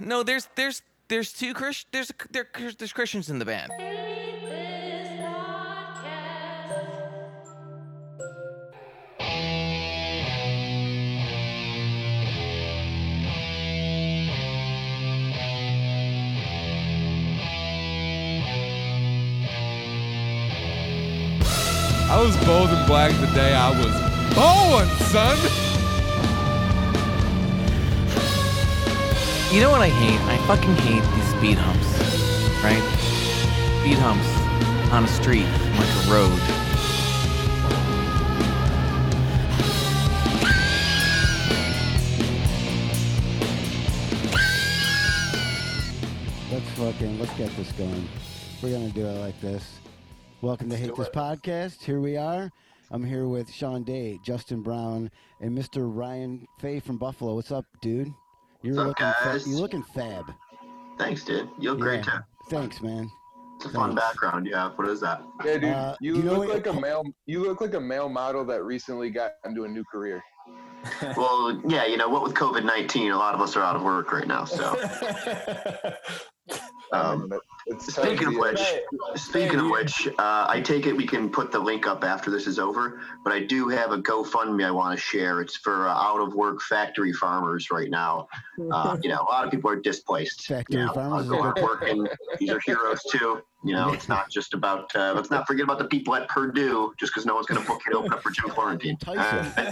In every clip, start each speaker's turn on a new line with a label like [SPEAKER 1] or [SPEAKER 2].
[SPEAKER 1] no, there's there's there's two Chris, there's a- there, there's Christians in the band.
[SPEAKER 2] I was bold and black the day I was born, son.
[SPEAKER 1] You know what I hate? I fucking hate these speed humps, right? Speed humps on a street, like a road.
[SPEAKER 3] Let's fucking let's get this going. We're gonna do it like this. Welcome to Hate This Podcast. Here we are. I'm here with Sean Day, Justin Brown, and Mr. Ryan Fay from Buffalo. What's up, dude? You're
[SPEAKER 4] What's up,
[SPEAKER 3] looking fa-
[SPEAKER 4] guys?
[SPEAKER 3] you're looking fab.
[SPEAKER 4] Thanks, dude. You look great,
[SPEAKER 3] Yeah.
[SPEAKER 4] too.
[SPEAKER 3] Thanks, man.
[SPEAKER 4] It's a fun
[SPEAKER 3] Thanks.
[SPEAKER 4] background you have. What is that?
[SPEAKER 5] Yeah, dude,
[SPEAKER 3] Uh,
[SPEAKER 5] you,
[SPEAKER 3] you know
[SPEAKER 5] look
[SPEAKER 3] what-
[SPEAKER 5] like a male. You look like a male model that recently got into a new career.
[SPEAKER 4] well, yeah, you know, what with COVID 19, a lot of us are out of work right now. So, um,
[SPEAKER 5] But it's tough
[SPEAKER 4] speaking of
[SPEAKER 5] to be-
[SPEAKER 4] which, speaking of which, uh, I take it we can put the link up after this is over, but I do have a GoFundMe I want to share. It's for uh, out of work factory farmers right now. Uh, you know, a lot of people are displaced. you
[SPEAKER 3] Factory
[SPEAKER 4] know,
[SPEAKER 3] farmers is a
[SPEAKER 4] out of
[SPEAKER 3] good-
[SPEAKER 4] working. These are heroes, too. You know, it's not just about, uh, let's not forget about the people at Purdue just because no one's going to book it open up for Jim Florentine.
[SPEAKER 3] Tyson,
[SPEAKER 4] Uh,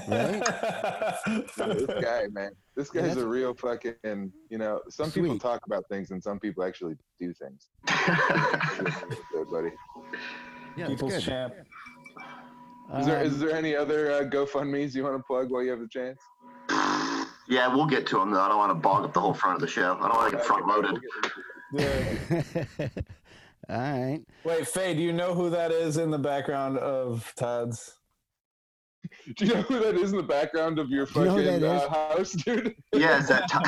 [SPEAKER 3] right?
[SPEAKER 5] this guy, man, this
[SPEAKER 3] Yeah,
[SPEAKER 5] guy's
[SPEAKER 3] that's-
[SPEAKER 5] a real fucking. You know, some people
[SPEAKER 3] Sweet.
[SPEAKER 5] talk about things, and some people actually do things.
[SPEAKER 4] Uh,
[SPEAKER 5] Good, buddy.
[SPEAKER 3] Yeah, that's
[SPEAKER 6] People's
[SPEAKER 3] good.
[SPEAKER 6] champ.
[SPEAKER 5] Is there is
[SPEAKER 3] Um,
[SPEAKER 5] there any other uh, GoFundmes you want to plug while you have the chance?
[SPEAKER 4] Yeah, we'll get to them though. I don't want to bog up the whole front of the show. I don't want to get front loaded.
[SPEAKER 6] Yeah.
[SPEAKER 3] Um, all right.
[SPEAKER 6] Wait, Faye, do you know who that is in the background of Todd's?
[SPEAKER 5] Do you know who that is in the background of your
[SPEAKER 3] Do you know
[SPEAKER 5] fucking
[SPEAKER 3] who that
[SPEAKER 5] uh, house, dude?
[SPEAKER 4] Yeah, is that Todd?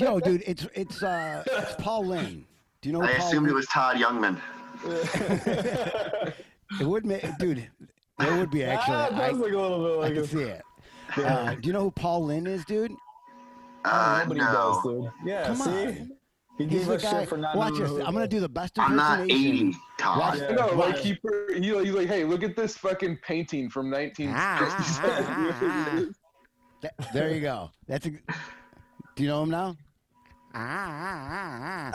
[SPEAKER 3] Yo, dude, it's it's uh it's Paul Lynn. Do you know?
[SPEAKER 4] I
[SPEAKER 3] Paul
[SPEAKER 4] assumed
[SPEAKER 3] Lynn-
[SPEAKER 4] it was Todd Youngman.
[SPEAKER 3] It would make, dude. It would be actually.
[SPEAKER 6] ah, it
[SPEAKER 3] I-
[SPEAKER 6] does look a little
[SPEAKER 3] I
[SPEAKER 6] bit
[SPEAKER 3] can
[SPEAKER 6] like
[SPEAKER 3] see it.
[SPEAKER 6] a,
[SPEAKER 3] Uh, do you know who Paul Lynn is, dude?
[SPEAKER 4] Uh,
[SPEAKER 6] Nobody does,
[SPEAKER 4] no,
[SPEAKER 6] dude. Yeah,
[SPEAKER 3] Come
[SPEAKER 6] see?
[SPEAKER 3] on.
[SPEAKER 6] He
[SPEAKER 3] He's
[SPEAKER 6] gave
[SPEAKER 3] the
[SPEAKER 6] us
[SPEAKER 3] guy.
[SPEAKER 6] shit for not
[SPEAKER 3] Watch
[SPEAKER 6] knowing
[SPEAKER 3] this.
[SPEAKER 6] who it
[SPEAKER 3] I'm gonna do the best
[SPEAKER 4] I'm not
[SPEAKER 3] impersonation.
[SPEAKER 4] 80, Todd.
[SPEAKER 3] Watch-
[SPEAKER 5] No,
[SPEAKER 6] Yeah.
[SPEAKER 5] like he, per- he he's like, hey, look at this fucking painting from 1967.
[SPEAKER 3] Ah, Th- there you go. That's. A, do you know him now? Ah,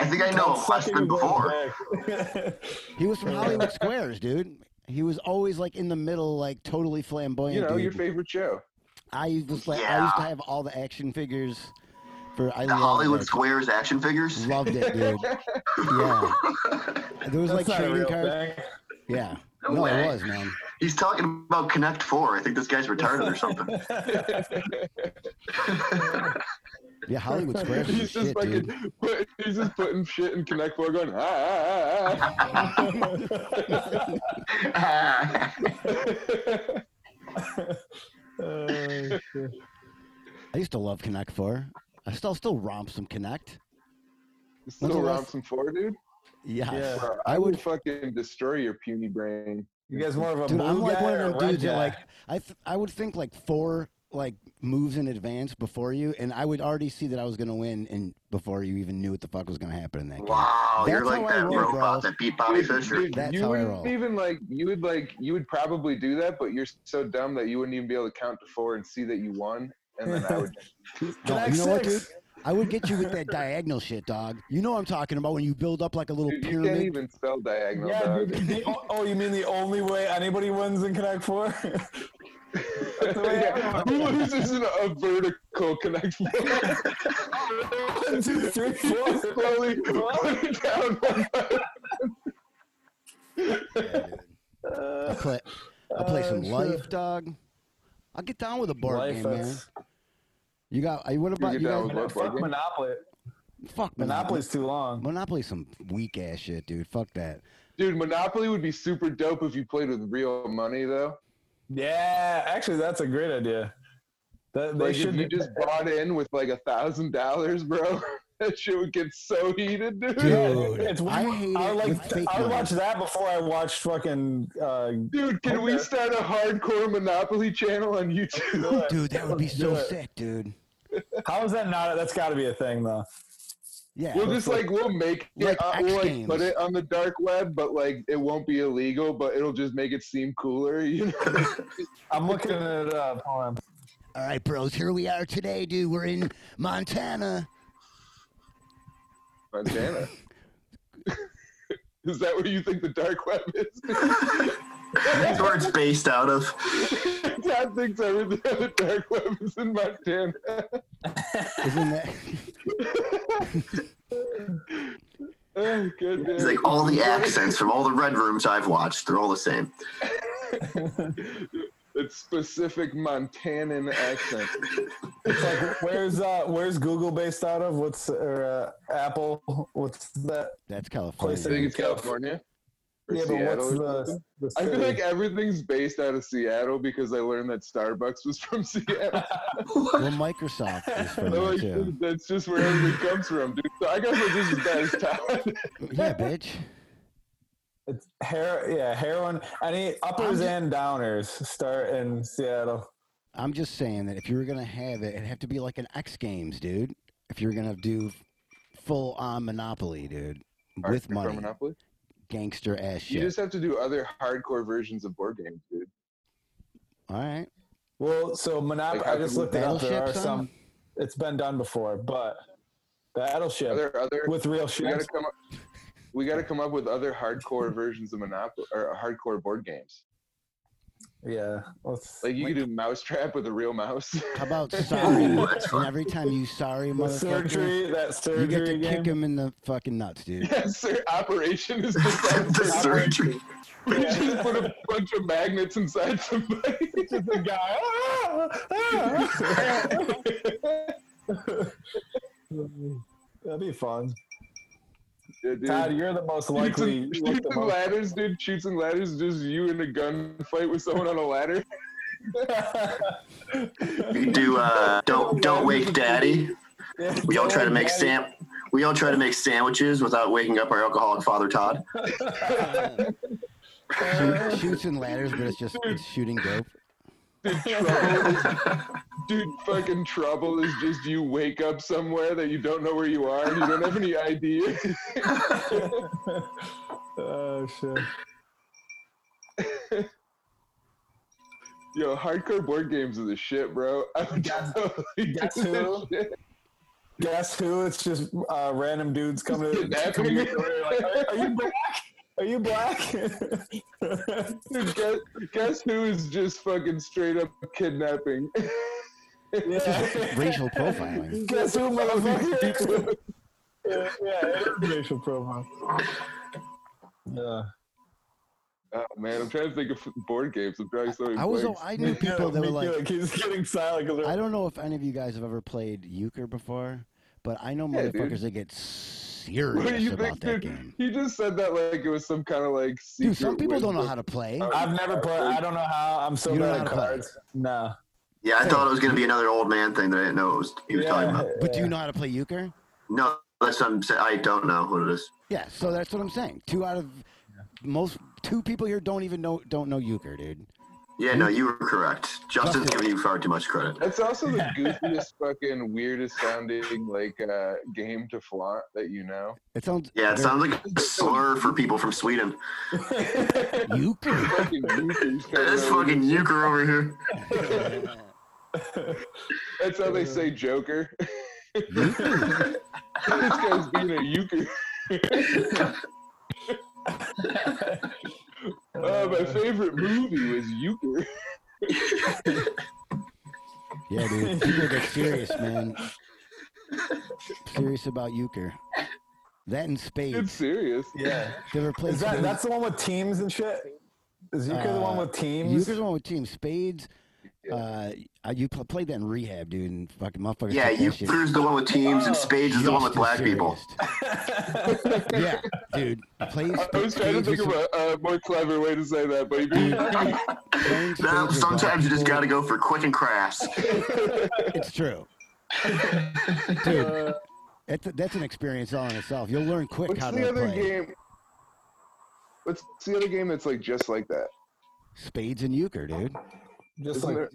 [SPEAKER 4] I think I know him
[SPEAKER 6] Todd's
[SPEAKER 4] less
[SPEAKER 6] sucking
[SPEAKER 4] than
[SPEAKER 6] his
[SPEAKER 4] before.
[SPEAKER 6] own dick.
[SPEAKER 3] He was from Hollywood Squares, dude. He was always like in the middle, like totally flamboyant.
[SPEAKER 5] you know,
[SPEAKER 3] dude.
[SPEAKER 5] your favorite show.
[SPEAKER 3] I was like, I
[SPEAKER 4] Yeah.
[SPEAKER 3] used to have all the action figures for I
[SPEAKER 4] The
[SPEAKER 3] loved
[SPEAKER 4] Hollywood
[SPEAKER 3] it.
[SPEAKER 4] Squares action figures.
[SPEAKER 3] Loved it, dude. Yeah. There was
[SPEAKER 6] That's
[SPEAKER 3] like
[SPEAKER 6] not a
[SPEAKER 3] trading
[SPEAKER 6] real
[SPEAKER 3] cards.
[SPEAKER 6] thing.
[SPEAKER 3] Yeah.
[SPEAKER 4] No
[SPEAKER 3] no
[SPEAKER 4] way.
[SPEAKER 3] it was, man.
[SPEAKER 4] He's talking about Connect Four. I think this guy's retarded or something.
[SPEAKER 3] Yeah, Hollywood Squares.
[SPEAKER 5] he's
[SPEAKER 3] is
[SPEAKER 5] just
[SPEAKER 3] shit, dude.
[SPEAKER 5] fucking, put, he's just putting shit in Connect Four, going ah, ah, ah, ah."
[SPEAKER 6] Uh,
[SPEAKER 3] I used to love Connect Four. I still still romp some Connect.
[SPEAKER 5] Still
[SPEAKER 3] the last-
[SPEAKER 5] Robson Four, dude.
[SPEAKER 3] Yes.
[SPEAKER 6] Yeah.
[SPEAKER 5] Bro,
[SPEAKER 3] I
[SPEAKER 5] I
[SPEAKER 3] would-
[SPEAKER 5] would fucking destroy your puny brain.
[SPEAKER 6] you guys more of a
[SPEAKER 3] Dude,
[SPEAKER 6] blue
[SPEAKER 3] I'm like
[SPEAKER 6] guy
[SPEAKER 3] one
[SPEAKER 6] or
[SPEAKER 3] of
[SPEAKER 6] a
[SPEAKER 3] them
[SPEAKER 6] red
[SPEAKER 3] dudes that
[SPEAKER 6] guy?
[SPEAKER 3] like I th- I would think like four like moves in advance before you, and I would already see that I was gonna win, and before you even knew what the fuck was gonna happen in that game.
[SPEAKER 4] Wow, you're
[SPEAKER 3] That's
[SPEAKER 4] like
[SPEAKER 3] how I
[SPEAKER 4] that
[SPEAKER 3] roll, bro.
[SPEAKER 4] robot that beat Bobby
[SPEAKER 5] Dude,
[SPEAKER 4] Fischer.
[SPEAKER 5] dude,
[SPEAKER 3] That's
[SPEAKER 5] you
[SPEAKER 3] how I
[SPEAKER 5] wouldn't
[SPEAKER 3] roll.
[SPEAKER 5] even like you would like you would probably do that, but you're so dumb that you wouldn't even be able to count to four and see that you won. And then I would
[SPEAKER 3] No,
[SPEAKER 6] Connect
[SPEAKER 3] you know what, dude?
[SPEAKER 6] six.
[SPEAKER 3] I would get you with that diagonal shit, dog. You know what I'm talking about when you build up like a little
[SPEAKER 5] Dude, you can't
[SPEAKER 3] pyramid.
[SPEAKER 5] even spell diagonal.
[SPEAKER 6] Yeah,
[SPEAKER 5] dog.
[SPEAKER 6] dude. the- oh, oh, you mean the only way anybody wins in Connect Four? the way
[SPEAKER 5] yeah. Who loses in a vertical connection?
[SPEAKER 6] One, two, three, four.
[SPEAKER 5] Slowly put it down one by
[SPEAKER 3] I'll play, I'll play some
[SPEAKER 6] Uh, shit.
[SPEAKER 3] life, dog. I'll get down with a board
[SPEAKER 6] Life,
[SPEAKER 3] game, man.
[SPEAKER 6] that's-
[SPEAKER 3] You got? I- What about you,
[SPEAKER 5] get down
[SPEAKER 3] guys?
[SPEAKER 5] with- What,
[SPEAKER 6] Fuck
[SPEAKER 5] board game?
[SPEAKER 6] Monopoly.
[SPEAKER 3] Fuck
[SPEAKER 6] Monopoly's too long.
[SPEAKER 3] Monopoly, some weak ass shit, dude. Fuck that.
[SPEAKER 5] Dude, Monopoly would be super dope if you played with real money, though.
[SPEAKER 6] Yeah, actually, that's a great idea. That, they
[SPEAKER 5] Like, if
[SPEAKER 6] should
[SPEAKER 5] you just bought in with like a thousand dollars, bro, that shit would get so heated, dude.
[SPEAKER 3] Dude,
[SPEAKER 6] It's,
[SPEAKER 3] I hate
[SPEAKER 6] I
[SPEAKER 3] it
[SPEAKER 6] like.
[SPEAKER 3] with fake
[SPEAKER 6] I
[SPEAKER 3] money.
[SPEAKER 6] watch that before I watch fucking. Uh,
[SPEAKER 5] Dude, can we start a hardcore Monopoly channel on YouTube?
[SPEAKER 3] Dude, that would be so
[SPEAKER 6] Do it.
[SPEAKER 3] sick, dude.
[SPEAKER 6] How is that not? That's got to be a thing, though.
[SPEAKER 3] Yeah.
[SPEAKER 5] We'll
[SPEAKER 3] that's
[SPEAKER 5] just
[SPEAKER 3] what-
[SPEAKER 5] like we'll make it.
[SPEAKER 3] Like
[SPEAKER 5] uh,
[SPEAKER 3] X
[SPEAKER 5] we'll like
[SPEAKER 3] Games.
[SPEAKER 5] put it on the dark web, but like it won't be illegal. But it'll just make it seem cooler. You know?
[SPEAKER 6] I'm looking it up. Hold on.
[SPEAKER 3] All right, bros. Here we are today, dude. We're in Montana.
[SPEAKER 5] Montana. is that where you think the dark web is?
[SPEAKER 4] That's where it's based out of.
[SPEAKER 5] Todd thinks everything on the dark web is in Montana.
[SPEAKER 3] Isn't that?
[SPEAKER 5] oh, goodness.
[SPEAKER 4] It's like all the accents from all the red rooms I've watched, they're all the same.
[SPEAKER 5] it's specific Montanan accent.
[SPEAKER 6] It's like where's uh where's Google based out of? What's or uh, Apple? What's that?
[SPEAKER 3] That's
[SPEAKER 5] I think
[SPEAKER 3] California.
[SPEAKER 5] it's California. Or
[SPEAKER 6] Yeah, but
[SPEAKER 5] Seattle
[SPEAKER 6] what's
[SPEAKER 5] or
[SPEAKER 6] the?
[SPEAKER 5] something.
[SPEAKER 6] the
[SPEAKER 5] I feel
[SPEAKER 6] city?
[SPEAKER 5] like everything's based out of Seattle because I learned that Starbucks was from Seattle.
[SPEAKER 3] Well, Microsoft is from
[SPEAKER 5] So,
[SPEAKER 3] there
[SPEAKER 5] like,
[SPEAKER 3] too.
[SPEAKER 5] that's just where everything comes from, dude. So I guess it's just as bad as Todd.
[SPEAKER 3] Yeah, bitch.
[SPEAKER 6] It's hair, yeah, heroin. Any uppers and downers start in Seattle.
[SPEAKER 3] I'm just saying that if you were gonna have it, it'd have to be like an X Games, dude. If you're gonna do full on Monopoly, dude, with
[SPEAKER 5] From
[SPEAKER 3] money,
[SPEAKER 5] Monopoly.
[SPEAKER 3] gangster ass shit.
[SPEAKER 5] You just have to do other hardcore versions of board games, dude.
[SPEAKER 3] All right.
[SPEAKER 6] Well, so Monopoly.
[SPEAKER 5] Like, how
[SPEAKER 6] I just
[SPEAKER 5] can we
[SPEAKER 6] looked it up. There are
[SPEAKER 3] battleship some?
[SPEAKER 6] some. It's been done before, but
[SPEAKER 5] Are
[SPEAKER 6] battleship
[SPEAKER 5] there other?
[SPEAKER 6] with real
[SPEAKER 5] we gotta
[SPEAKER 6] ships.
[SPEAKER 5] come up. We gotta come up with other hardcore versions of Monopoly or hardcore board games.
[SPEAKER 6] Yeah, let's
[SPEAKER 5] Like you could do Mousetrap with a real mouse.
[SPEAKER 3] How about sorry? and every time you sorry,
[SPEAKER 6] the
[SPEAKER 3] motherfucker, you
[SPEAKER 6] surgery. That
[SPEAKER 3] get to
[SPEAKER 6] surgery
[SPEAKER 3] kick
[SPEAKER 6] game.
[SPEAKER 3] him in the fucking nuts, dude.
[SPEAKER 5] yes, sir. Operation is just
[SPEAKER 4] the surgery.
[SPEAKER 5] We just put a bunch of magnets inside somebody. just a guy.
[SPEAKER 6] Ah, That'd be fun.
[SPEAKER 5] dude,
[SPEAKER 6] Todd, you're the most
[SPEAKER 5] shoots
[SPEAKER 6] likely.
[SPEAKER 5] and,
[SPEAKER 6] you look
[SPEAKER 5] shoots
[SPEAKER 6] the
[SPEAKER 5] and
[SPEAKER 6] most-
[SPEAKER 5] ladders, dude. Shoots and ladders. Just you in a gunfight with someone on a ladder.
[SPEAKER 4] You could do uh, don't don't wake daddy.
[SPEAKER 6] Yeah,
[SPEAKER 4] We all try to
[SPEAKER 6] Joey
[SPEAKER 4] make
[SPEAKER 6] Daddy.
[SPEAKER 4] sam- we all try to make sandwiches without waking up our alcoholic father Todd.
[SPEAKER 3] Shoot, shoots and ladders, but it's just it's shooting dope.
[SPEAKER 5] Trouble is, dude, fucking trouble is just you wake up somewhere that you don't know where you are and you don't have any idea.
[SPEAKER 6] Oh shit.
[SPEAKER 5] Yo, hardcore board games are the shit, bro. I would totally
[SPEAKER 6] Guess
[SPEAKER 5] do this
[SPEAKER 6] who?
[SPEAKER 5] shit.
[SPEAKER 6] Guess who? It's just uh, random dudes coming to
[SPEAKER 5] Kidnapping.
[SPEAKER 6] coming to your door, like, are, are you black? Are you black?
[SPEAKER 5] Dude, guess, guess who is just fucking straight up kidnapping? Oh,
[SPEAKER 6] yeah.
[SPEAKER 3] Racial profiling.
[SPEAKER 6] Guess who, motherfucker? yeah, yeah, it is racial profile. Yeah.
[SPEAKER 5] Oh man, I'm trying to think of board games. I'm trying so many
[SPEAKER 3] I was
[SPEAKER 5] blanks.
[SPEAKER 3] I knew people that were
[SPEAKER 6] Me too,
[SPEAKER 3] like
[SPEAKER 6] he's getting silent. 'cause they're-
[SPEAKER 3] I don't know if any of you guys have ever played euchre before, but I know
[SPEAKER 5] Yeah, dude.
[SPEAKER 3] motherfuckers that get
[SPEAKER 5] What do
[SPEAKER 3] serious
[SPEAKER 5] you
[SPEAKER 3] about
[SPEAKER 5] think,
[SPEAKER 3] that
[SPEAKER 5] dude?
[SPEAKER 3] game.
[SPEAKER 5] He just said that like it was some kind of like secret.
[SPEAKER 3] Dude, some people don't know how to play.
[SPEAKER 6] I've never played. I don't know how. I'm so
[SPEAKER 3] You don't
[SPEAKER 6] bad
[SPEAKER 3] know
[SPEAKER 6] at
[SPEAKER 3] how to
[SPEAKER 6] cards. No.
[SPEAKER 4] Yeah, I thought it was gonna be another old man thing that I didn't know it was he was talking about.
[SPEAKER 3] But do you know how to play euchre?
[SPEAKER 4] No, that's what I'm saying. I don't know what it is.
[SPEAKER 3] Yeah, so that's what I'm saying. Two out of most two people here don't even know don't know euchre, dude.
[SPEAKER 4] Yeah, no, you were correct. Justin's giving you far too much credit.
[SPEAKER 5] That's also the goofiest, fucking weirdest sounding like uh, game to flaunt that you know.
[SPEAKER 3] It sounds
[SPEAKER 4] Yeah, it
[SPEAKER 3] very-
[SPEAKER 4] sounds like a slur for people from Sweden.
[SPEAKER 3] euchre.
[SPEAKER 5] Fucking goofy stuff,
[SPEAKER 4] That's
[SPEAKER 5] though.
[SPEAKER 4] fucking euchre over here.
[SPEAKER 5] That's how they say Joker. this guy's being a euchre. uh, my favorite movie was Euchre.
[SPEAKER 3] Yeah, dude. People get serious, man. serious about euchre. That in
[SPEAKER 5] It's
[SPEAKER 3] spades.
[SPEAKER 5] serious.
[SPEAKER 6] Yeah.
[SPEAKER 3] They ever play
[SPEAKER 6] Is that
[SPEAKER 3] spades?
[SPEAKER 6] that's the one with teams and shit? Is Euchre the one
[SPEAKER 3] Uh,
[SPEAKER 6] with teams?
[SPEAKER 3] Euchre's the one with team spades. Uh, I- you pl- played that in rehab, dude, and fucking motherfuckers.
[SPEAKER 4] Yeah,
[SPEAKER 3] took that shit
[SPEAKER 4] euchre's the one with teams, and spades is the one with
[SPEAKER 3] just as
[SPEAKER 4] black people.
[SPEAKER 3] serious. yeah, dude. Play
[SPEAKER 5] I was
[SPEAKER 3] sp-
[SPEAKER 5] trying to
[SPEAKER 3] spades
[SPEAKER 5] think of
[SPEAKER 3] with
[SPEAKER 5] a, a more clever way to say that, but he-
[SPEAKER 3] some- playing spades
[SPEAKER 4] No,
[SPEAKER 3] with black
[SPEAKER 4] sometimes you just
[SPEAKER 3] people-
[SPEAKER 4] gotta go for quick and crass.
[SPEAKER 3] It's true. dude, that's, that's an experience all in itself. You'll learn quick
[SPEAKER 5] Uh, what's
[SPEAKER 3] how
[SPEAKER 5] the
[SPEAKER 3] to
[SPEAKER 5] other
[SPEAKER 3] play
[SPEAKER 5] game? What's the other game that's like just like that?
[SPEAKER 3] spades and euchre, dude.
[SPEAKER 6] Just
[SPEAKER 5] Isn't
[SPEAKER 6] like
[SPEAKER 5] there,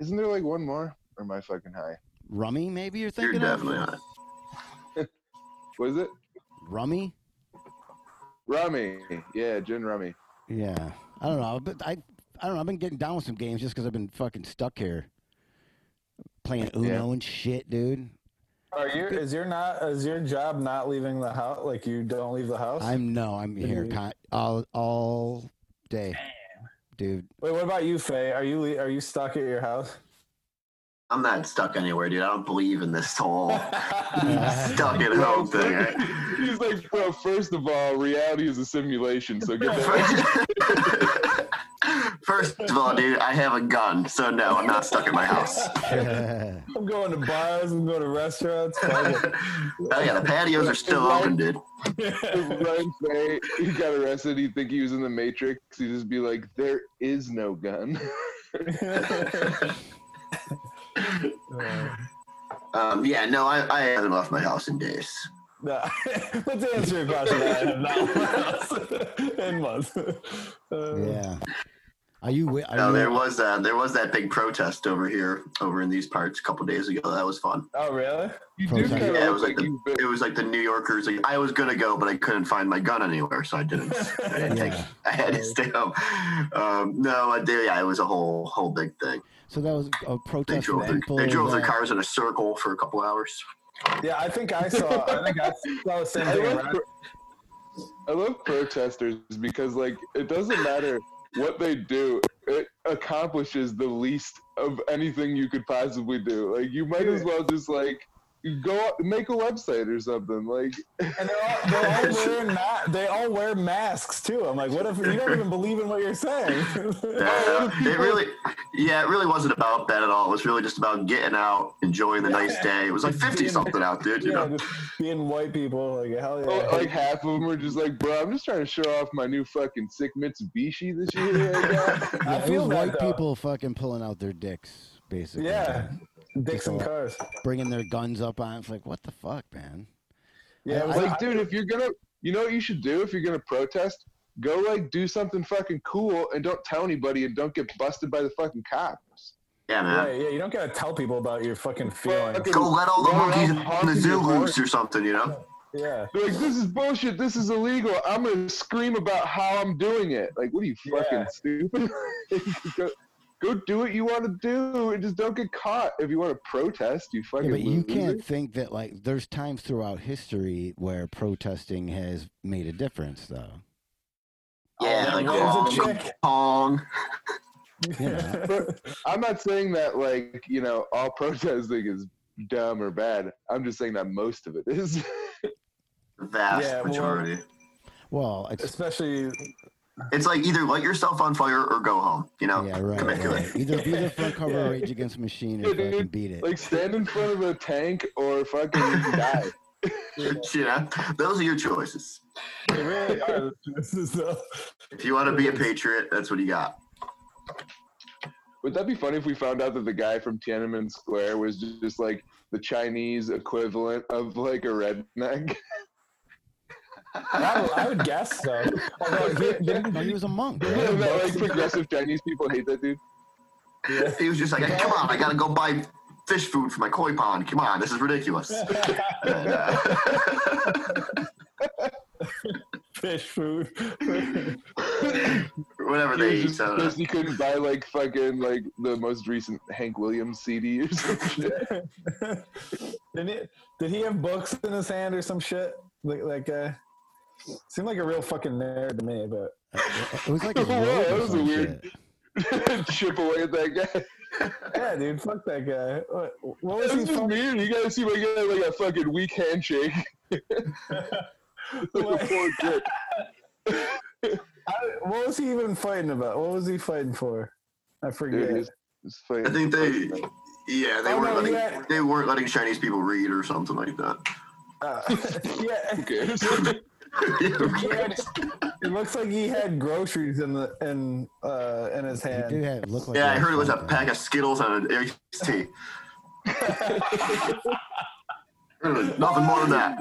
[SPEAKER 5] isn't there like one more? Or am I fucking high?
[SPEAKER 3] Rummy, maybe you're
[SPEAKER 4] You're
[SPEAKER 3] thinking of?
[SPEAKER 4] definitely not.
[SPEAKER 5] Was it
[SPEAKER 3] Rummy?
[SPEAKER 5] Rummy? Yeah, gin rummy.
[SPEAKER 3] Yeah. I don't know. But I, I don't know. I've been getting down with some games just because I've been fucking stuck here playing Uno and shit, dude.
[SPEAKER 6] Are you? Is your not? Is your job not leaving the house? Like you don't leave the house?
[SPEAKER 3] I'm no, I'm here
[SPEAKER 6] Mhm.
[SPEAKER 3] con- all all day, dude.
[SPEAKER 6] Wait, what about you, Faye? Are you le- are you stuck at your house?
[SPEAKER 4] I'm not stuck anywhere, dude. I don't believe in this whole
[SPEAKER 3] Yeah.
[SPEAKER 4] stuck at home thing.
[SPEAKER 5] He's like, bro. First of all, reality is a simulation. So get that.
[SPEAKER 4] First- First of all, dude, I have a gun, so no, I'm not stuck in my house.
[SPEAKER 6] I'm going to bars. I'm going to restaurants. fuck
[SPEAKER 4] oh yeah, the patios are still open, dude.
[SPEAKER 6] it.
[SPEAKER 5] Ryan Faye, he got arrested. He'd think he was in the Matrix. He'd just be like, "There is no gun."
[SPEAKER 4] Um, yeah, no, I, I haven't left my house in days.
[SPEAKER 6] No. But to answer your question, I have not left my house in months. Uh,
[SPEAKER 3] yeah. Are you? wi- Are
[SPEAKER 4] No,
[SPEAKER 3] you
[SPEAKER 4] there was uh, there was that big protest over here, over in these parts, a couple days ago. That was fun.
[SPEAKER 6] Oh, really?
[SPEAKER 5] You
[SPEAKER 3] Protest.
[SPEAKER 5] do kind of
[SPEAKER 4] Yeah, it
[SPEAKER 5] look
[SPEAKER 4] was like
[SPEAKER 5] like
[SPEAKER 4] the
[SPEAKER 5] you've been
[SPEAKER 4] it was like the New Yorkers. Like I was gonna go, but I couldn't find my gun anywhere, so I didn't. I, didn't take,
[SPEAKER 3] Yeah.
[SPEAKER 4] I had to stay home. Um, no, I did. Yeah, it was a whole whole big thing.
[SPEAKER 3] So that was a
[SPEAKER 4] They
[SPEAKER 3] protest
[SPEAKER 4] drove
[SPEAKER 3] from
[SPEAKER 4] their,
[SPEAKER 3] people.
[SPEAKER 4] they drove their
[SPEAKER 3] that-
[SPEAKER 4] cars in a circle for a couple hours.
[SPEAKER 6] Yeah, I think I saw. I think I saw the same
[SPEAKER 5] I
[SPEAKER 6] thing. in
[SPEAKER 5] love,
[SPEAKER 6] Red-
[SPEAKER 5] pro- I love protesters because, like, it doesn't matter what they do, it accomplishes the least of anything you could possibly do. Like, you might as well just, like, go out- make a website or something. Like,
[SPEAKER 6] And they're all, they're all wearing ma- they all wear masks too. I'm like, what if you don't even believe in what you're saying?
[SPEAKER 4] Uh, it really, yeah, it really wasn't about that at all. It was really just about getting out, enjoying the nice day. It was like fifty something out, dude. You
[SPEAKER 6] yeah,
[SPEAKER 4] know,
[SPEAKER 6] just being white people, like hell yeah.
[SPEAKER 5] oh, like half of them are just like, bro, I'm just trying to show off my new fucking sick Mitsubishi this year. I got."
[SPEAKER 6] I
[SPEAKER 3] Yeah, it
[SPEAKER 6] feel
[SPEAKER 3] was
[SPEAKER 6] that,
[SPEAKER 3] white
[SPEAKER 6] though.
[SPEAKER 3] people fucking pulling out their dicks, basically.
[SPEAKER 6] Yeah, Dixon
[SPEAKER 3] Just a-
[SPEAKER 6] cars.
[SPEAKER 3] Bringing their guns up on. It's like, what the fuck, man?
[SPEAKER 6] Yeah,
[SPEAKER 3] I-
[SPEAKER 6] it was
[SPEAKER 5] It's
[SPEAKER 6] like,
[SPEAKER 5] like, dude, if you're gonna, you know what you should do if you're gonna protest? Go like do something fucking cool and don't tell anybody and don't get busted by the fucking cops.
[SPEAKER 4] yeah, man.
[SPEAKER 6] right, yeah, you don't gotta tell people about your fucking feelings.
[SPEAKER 5] Fucking
[SPEAKER 4] Go let all the
[SPEAKER 5] run around
[SPEAKER 4] monkeys in
[SPEAKER 5] honking
[SPEAKER 4] the
[SPEAKER 5] your
[SPEAKER 4] zoo
[SPEAKER 5] horn.
[SPEAKER 4] loose or something. You know,
[SPEAKER 6] Yeah,
[SPEAKER 5] They're like, this is bullshit. This is illegal. I'm gonna scream about how I'm doing it. Like, what are you fucking
[SPEAKER 6] Yeah.
[SPEAKER 5] stupid? go, go do what you want to do and just don't get caught. If you want to protest, you fucking.
[SPEAKER 3] Yeah, but you
[SPEAKER 5] loser.
[SPEAKER 3] can't think that like there's times throughout history where protesting has made a difference, though.
[SPEAKER 4] yeah,
[SPEAKER 6] Oh,
[SPEAKER 4] like
[SPEAKER 6] there's a
[SPEAKER 4] Hong Kong.
[SPEAKER 6] chick.
[SPEAKER 3] Yeah.
[SPEAKER 5] I'm not saying that like you know all protesting is dumb or bad. I'm just saying that most of it is.
[SPEAKER 4] The vast
[SPEAKER 6] Yeah, well-
[SPEAKER 4] majority.
[SPEAKER 3] Well, it's
[SPEAKER 6] especially
[SPEAKER 4] It's like either light yourself on fire or go home. You know,
[SPEAKER 3] yeah, right.
[SPEAKER 4] commit to
[SPEAKER 3] right.
[SPEAKER 4] it.
[SPEAKER 3] Either be the front cover of Rage Against the Machine or
[SPEAKER 5] Yeah, dude.
[SPEAKER 3] fucking beat it.
[SPEAKER 5] like stand in front of a tank or fucking die.
[SPEAKER 4] you know, those are your choices.
[SPEAKER 6] they really are. This is the-
[SPEAKER 4] If you want to be a patriot, that's what you got.
[SPEAKER 5] Would that be funny if we found out that the guy from Tiananmen Square was just, just like the Chinese equivalent of like a redneck?
[SPEAKER 6] I, would- I would guess so. Although he- didn't-
[SPEAKER 3] No, he was a monk.
[SPEAKER 5] Yeah,
[SPEAKER 3] right?
[SPEAKER 5] that, like progressive Chinese people hate that dude.
[SPEAKER 4] He was just like, come on, I gotta go buy fish food for my koi pond. Come on, this is ridiculous. And, uh,
[SPEAKER 6] fish food.
[SPEAKER 4] whatever
[SPEAKER 5] He
[SPEAKER 4] they
[SPEAKER 5] was
[SPEAKER 4] eat.
[SPEAKER 5] just
[SPEAKER 4] so I don't know.
[SPEAKER 5] pissed he couldn't buy like fucking like the most recent Hank Williams CD or some shit.
[SPEAKER 6] did, he, did he have books in his hand or some shit? Like, like uh, seemed like a real fucking nerd to me, but
[SPEAKER 3] It was like his
[SPEAKER 5] Whoa,
[SPEAKER 3] robe or
[SPEAKER 5] that was a
[SPEAKER 3] some
[SPEAKER 5] weird-
[SPEAKER 3] shit.
[SPEAKER 5] Chip away at that guy.
[SPEAKER 6] yeah, dude, fuck that guy. What, what was
[SPEAKER 5] That's
[SPEAKER 6] he?
[SPEAKER 5] just
[SPEAKER 6] Fucking,
[SPEAKER 5] weird. You gotta see my guy like a fucking weak handshake. like a poor dick.
[SPEAKER 6] I, what was he even fighting about? What was he fighting for? I forget.
[SPEAKER 5] Dude, he's, he's fucking-
[SPEAKER 4] I think they, yeah, they
[SPEAKER 6] Oh,
[SPEAKER 4] weren't
[SPEAKER 6] no,
[SPEAKER 4] letting
[SPEAKER 6] yeah.
[SPEAKER 4] they weren't letting Chinese people read or something like that.
[SPEAKER 6] Uh, yeah,
[SPEAKER 5] Who cares?
[SPEAKER 6] he had, it looks like he had groceries in the in uh, in his
[SPEAKER 3] He did
[SPEAKER 6] hand.
[SPEAKER 3] have look like
[SPEAKER 4] yeah,
[SPEAKER 3] he
[SPEAKER 4] I
[SPEAKER 3] had
[SPEAKER 4] heard it was a
[SPEAKER 3] something.
[SPEAKER 4] pack of Skittles and an iced tea. Nothing more than that.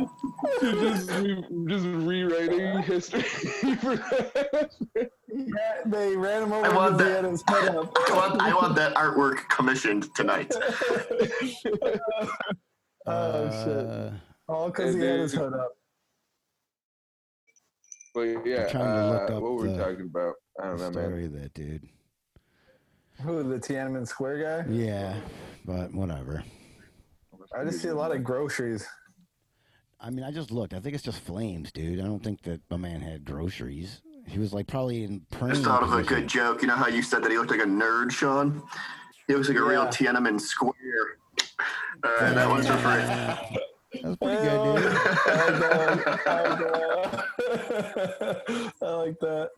[SPEAKER 5] just, re- just rewriting history for that.
[SPEAKER 6] Yeah, they ran him over
[SPEAKER 4] I want
[SPEAKER 6] because he
[SPEAKER 4] that.
[SPEAKER 6] had his head up.
[SPEAKER 4] I want, I want that artwork commissioned tonight.
[SPEAKER 6] Oh, shit.
[SPEAKER 3] Uh,
[SPEAKER 6] All because he had his hood up.
[SPEAKER 5] But yeah,
[SPEAKER 3] I'm trying to look
[SPEAKER 5] uh,
[SPEAKER 3] up
[SPEAKER 5] what were we
[SPEAKER 3] the-
[SPEAKER 5] talking about? I don't know, man.
[SPEAKER 3] story of that dude.
[SPEAKER 6] Who, the Tiananmen Square guy?
[SPEAKER 3] Yeah, but whatever.
[SPEAKER 6] I just see a lot of groceries.
[SPEAKER 3] I mean, I just looked. I think it's just flames, dude. I don't think that my man had groceries. He was like probably in praying.
[SPEAKER 4] Just thought of a
[SPEAKER 3] position.
[SPEAKER 4] good joke. You know how you said that he looked like a nerd, Sean? He looks like a real
[SPEAKER 6] Yeah.
[SPEAKER 4] Tiananmen Square. All right, that one's for free.
[SPEAKER 3] That was pretty good, dude.
[SPEAKER 6] I like that. I like that. I like that.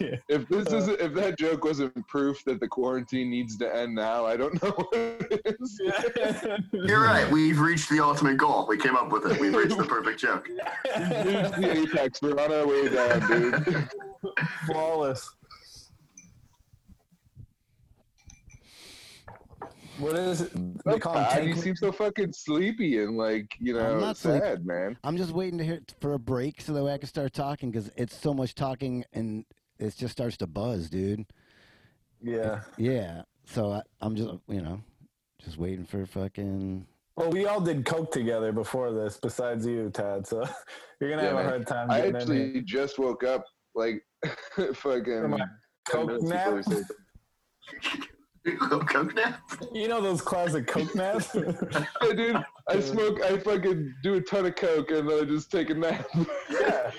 [SPEAKER 6] Yeah.
[SPEAKER 5] If this is if that joke wasn't proof that the quarantine needs to end now, I don't know what it is.
[SPEAKER 4] You're right. We've reached the ultimate goal. We came up with it. We've reached the perfect joke.
[SPEAKER 5] Here's the apex. We're on our way down, dude.
[SPEAKER 6] Flawless. What is it? They call him
[SPEAKER 5] God, you
[SPEAKER 6] Tank.
[SPEAKER 5] seem so fucking sleepy and like you
[SPEAKER 3] I'm
[SPEAKER 5] know
[SPEAKER 3] not sleepy.
[SPEAKER 5] sad, man.
[SPEAKER 3] I'm just waiting to hear for a break so that way I can start talking because it's so much talking and it just starts to buzz, dude.
[SPEAKER 6] Yeah.
[SPEAKER 3] Yeah. So I, I'm just, you know, just waiting for fucking.
[SPEAKER 6] Well, we all did coke together before this, besides you, Todd. So you're gonna
[SPEAKER 5] Yeah,
[SPEAKER 6] have
[SPEAKER 5] man.
[SPEAKER 6] a hard time
[SPEAKER 5] I
[SPEAKER 6] getting in
[SPEAKER 5] actually just woke up like
[SPEAKER 6] Am I
[SPEAKER 5] fucking. ten
[SPEAKER 6] coke
[SPEAKER 5] minutes before we
[SPEAKER 6] nap?
[SPEAKER 5] started.
[SPEAKER 4] Coke now?
[SPEAKER 6] here. You know those classic coke naps?
[SPEAKER 5] I dude, I smoke. I fucking do a ton of coke and then I just take a nap.
[SPEAKER 6] yeah.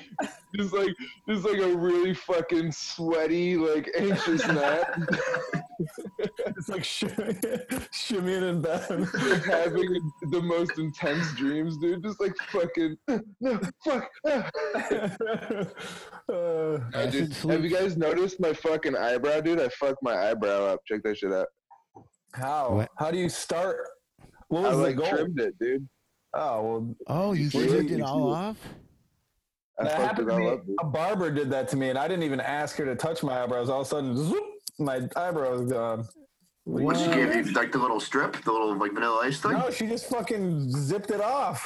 [SPEAKER 5] just like, just like a really fucking sweaty, like anxious nap.
[SPEAKER 6] It's like sh- shimmying and bad.
[SPEAKER 5] like having the most intense dreams, dude. Just like fucking no, fuck. ah."
[SPEAKER 6] uh,
[SPEAKER 5] I
[SPEAKER 3] Acid
[SPEAKER 5] just- have you
[SPEAKER 3] sleep.
[SPEAKER 5] guys noticed my fucking eyebrow, dude? I fucked my eyebrow up. Check that shit out.
[SPEAKER 6] how?
[SPEAKER 3] What?
[SPEAKER 6] How do you start? What
[SPEAKER 5] I
[SPEAKER 6] was
[SPEAKER 5] like
[SPEAKER 6] the goal?
[SPEAKER 5] trimmed it, dude.
[SPEAKER 6] Oh well,
[SPEAKER 3] Oh, you
[SPEAKER 5] see it?
[SPEAKER 3] shaved it
[SPEAKER 5] You
[SPEAKER 3] all
[SPEAKER 5] see it?
[SPEAKER 3] off?
[SPEAKER 5] I
[SPEAKER 6] that
[SPEAKER 5] fucked
[SPEAKER 6] happened
[SPEAKER 5] it
[SPEAKER 6] to me.
[SPEAKER 5] all up, dude.
[SPEAKER 6] A barber did that to me, and I didn't even ask her to touch my eyebrows. All of a sudden, zoop, my eyebrows gone.
[SPEAKER 4] What she gave you, like the little strip, the little like vanilla ice thing?
[SPEAKER 6] No, she just fucking zipped it off.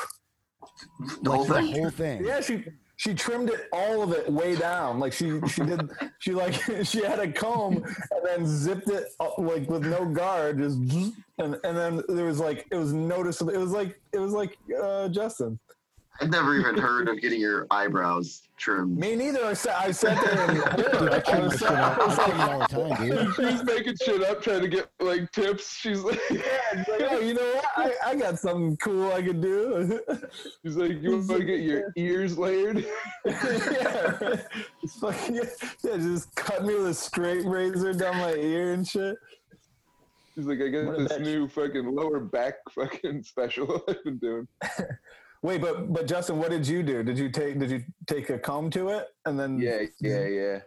[SPEAKER 4] the whole
[SPEAKER 3] The
[SPEAKER 4] thing?
[SPEAKER 3] whole thing.
[SPEAKER 6] Yeah, she she trimmed it all of it way down. Like she she did she like she had a comb and then zipped it up, like with no guard, just zzz, and and then there was like it was noticeable. It was like it was like uh, Justin.
[SPEAKER 4] I've never even heard of getting your eyebrows trimmed.
[SPEAKER 6] Me neither. I sat, I sat there and
[SPEAKER 3] Dude, I
[SPEAKER 6] I
[SPEAKER 3] trim my
[SPEAKER 6] was
[SPEAKER 3] shit off.
[SPEAKER 6] sat-
[SPEAKER 3] I trim it all the time, dude.
[SPEAKER 5] She was making shit up, trying to get like tips. She's like,
[SPEAKER 6] like, oh, you know what? I, I got something cool I could do.
[SPEAKER 5] she's like, you want to get your ears layered?
[SPEAKER 6] yeah. It's fucking- yeah, just cut me with a straight razor down my ear and shit.
[SPEAKER 5] She's like, I got
[SPEAKER 6] What a
[SPEAKER 5] this
[SPEAKER 6] bitch.
[SPEAKER 5] new fucking lower back fucking special I've been doing.
[SPEAKER 6] Wait, but but Justin, what did you do? Did you take did you take a comb to it and then
[SPEAKER 5] Yeah, yeah, yeah.